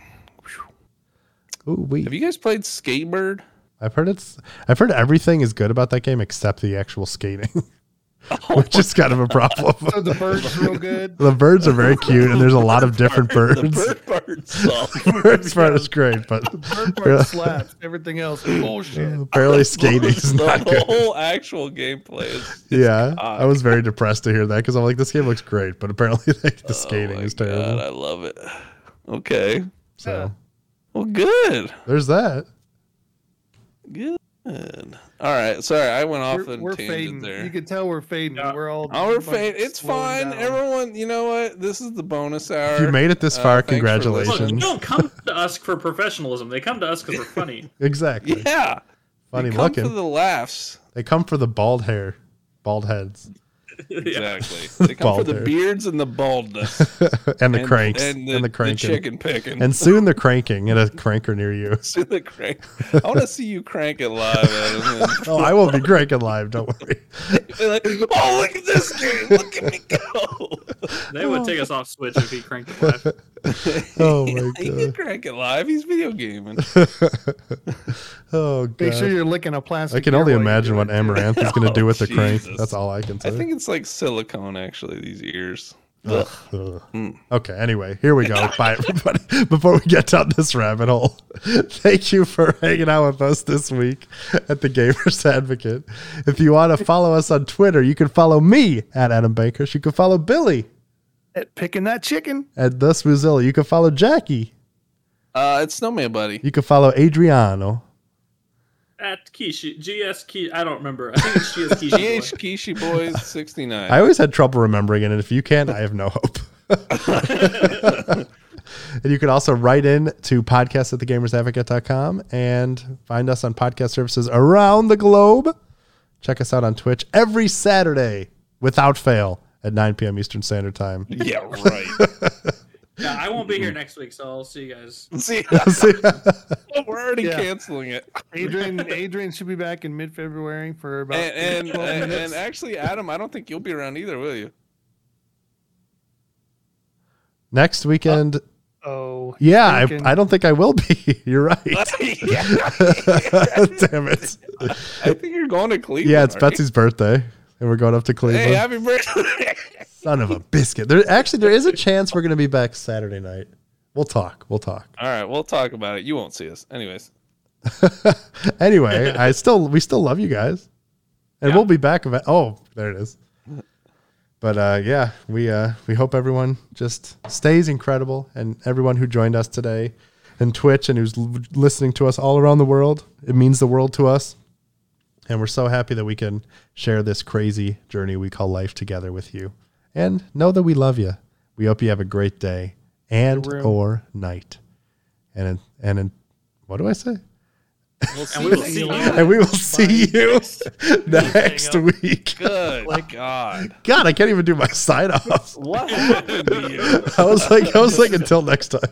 whew.
Ooh, we.
Have you guys played Skatebird?
I've heard it's. I've heard everything is good about that game except the actual skating, which is kind of a problem.
So the bird's real good.
the birds are very cute, and there's a lot of different birds.
The bird part sucks.
Birds part is great, but
Bird part slaps. Everything else is bullshit.
apparently skating is
the
not good.
whole actual gameplay is
Yeah,
cock.
I was very depressed to hear that because I'm like, this game looks great, but apparently like, the skating
oh my
is
God,
terrible.
I love it. Okay.
so
Yeah.
Well, good.
there's that.
Good. All right. Sorry, I went off
We're,
on
we're
tangent
fading.
there.
You can tell we're fading.
Yeah.
We're all.
Our
like,
fate. It's
slowing
fine.
down.
Everyone, you know what? This is the bonus hour.
If you made it this
Uh,
far,
thanks for listening.
Look, they
congratulations.
don't come to us for professionalism. They come to us because we're funny.
Exactly.
yeah.
Funny
You come
looking.
for the laughs.
they come for the bald hair, bald heads,
yeah.
Exactly. They come for
Bald
the
hair.
beards and the baldness.
and the
And-
cranks,
and
and
the,
the, cranking,
the chicken picking,
and soon the cranking at a cranker near you.
See the crank. I want to see you crank it live. Adam, and
Oh, I will be cranking live. Don't worry.
be like, oh, look at this game! Look at me go!
They would take us off Switch if he cranked it live.
Oh my
he can
God.
crank it live. He's video gaming.
oh
Make
god.
sure you're licking a plastic.
I can
beer
only
while you
imagine
do
what
it, too.
Amaranth is going to do with the crank.
Oh, Jesus.
That's all I can say.
I think it's like silicone, actually. These ears.
Ugh.
Ugh.
Ugh.
Mm.
Okay, anyway, here we go. Bye, everybody. Before we get down this rabbit hole, thank you for hanging out with us this week at the Gamers Advocate. If you want to follow us on Twitter, you can follow me at Adam Bankers. You can follow Billy
At picking that chicken.
at Thus Muzilla. You can follow Jackie.
Uh, it's Snowman Buddy.
You can follow Adriano.
At Kishi, GS Key, I don't remember. I think it's GS Kishi.
GH Kishi Boys 69.
I always had trouble remembering it, and if you can, I have no hope. And you can also write in to podcast at thegamersadvocate.com and find us on podcast services around the globe. Check us out on Twitch every Saturday without fail at 9 p.m. Eastern Standard Time.
yeah, right.
Yeah, I won't be here next week, so I'll see you guys.
See,
See-
we're already
Yeah.
canceling it.
Adrian Adrian should be back in mid February for about
And and,
12
and,
minutes.
and actually, Adam, I don't think you'll be around either, will you?
Next weekend.
oh
yeah,
thinking-
I, I don't think I will be. You're right.
yeah.
Damn it.
I think you're going to Cleveland.
Yeah, it's
aren't you?
Betsy's birthday, and we're going up to Cleveland.
Hey, happy birthday!
Son of a biscuit. There actually there is a chance we're going to be back Saturday night. We'll talk. We'll talk.
All right, we'll talk about it. You won't see us, anyways.
anyway, I still we still love you guys, and we'll be back. About, oh, there it is. But uh, yeah, we uh, we hope everyone just stays incredible, and everyone who joined us today, and Twitch, and who's l- listening to us all around the world. It means the world to us, and we're so happy that we can share this crazy journey we call life together with you. And know that we love you. We hope you have a great day and or night. And and, and what do I say?
And we will see you.
and we will see you next
Hang
week.
Good God,
God, I can't even do my sign off.
what happened to you?
I was like, I was like, until next time,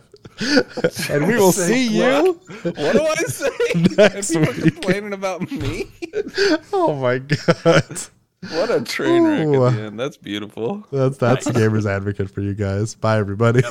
and we will see you.
What do I say?
Next
and people
week.
complaining about me.
Oh my God,
What a train wreck
Ooh.
at the end. That's beautiful.
that's that's the gamer's advocate for you guys. Bye, everybody.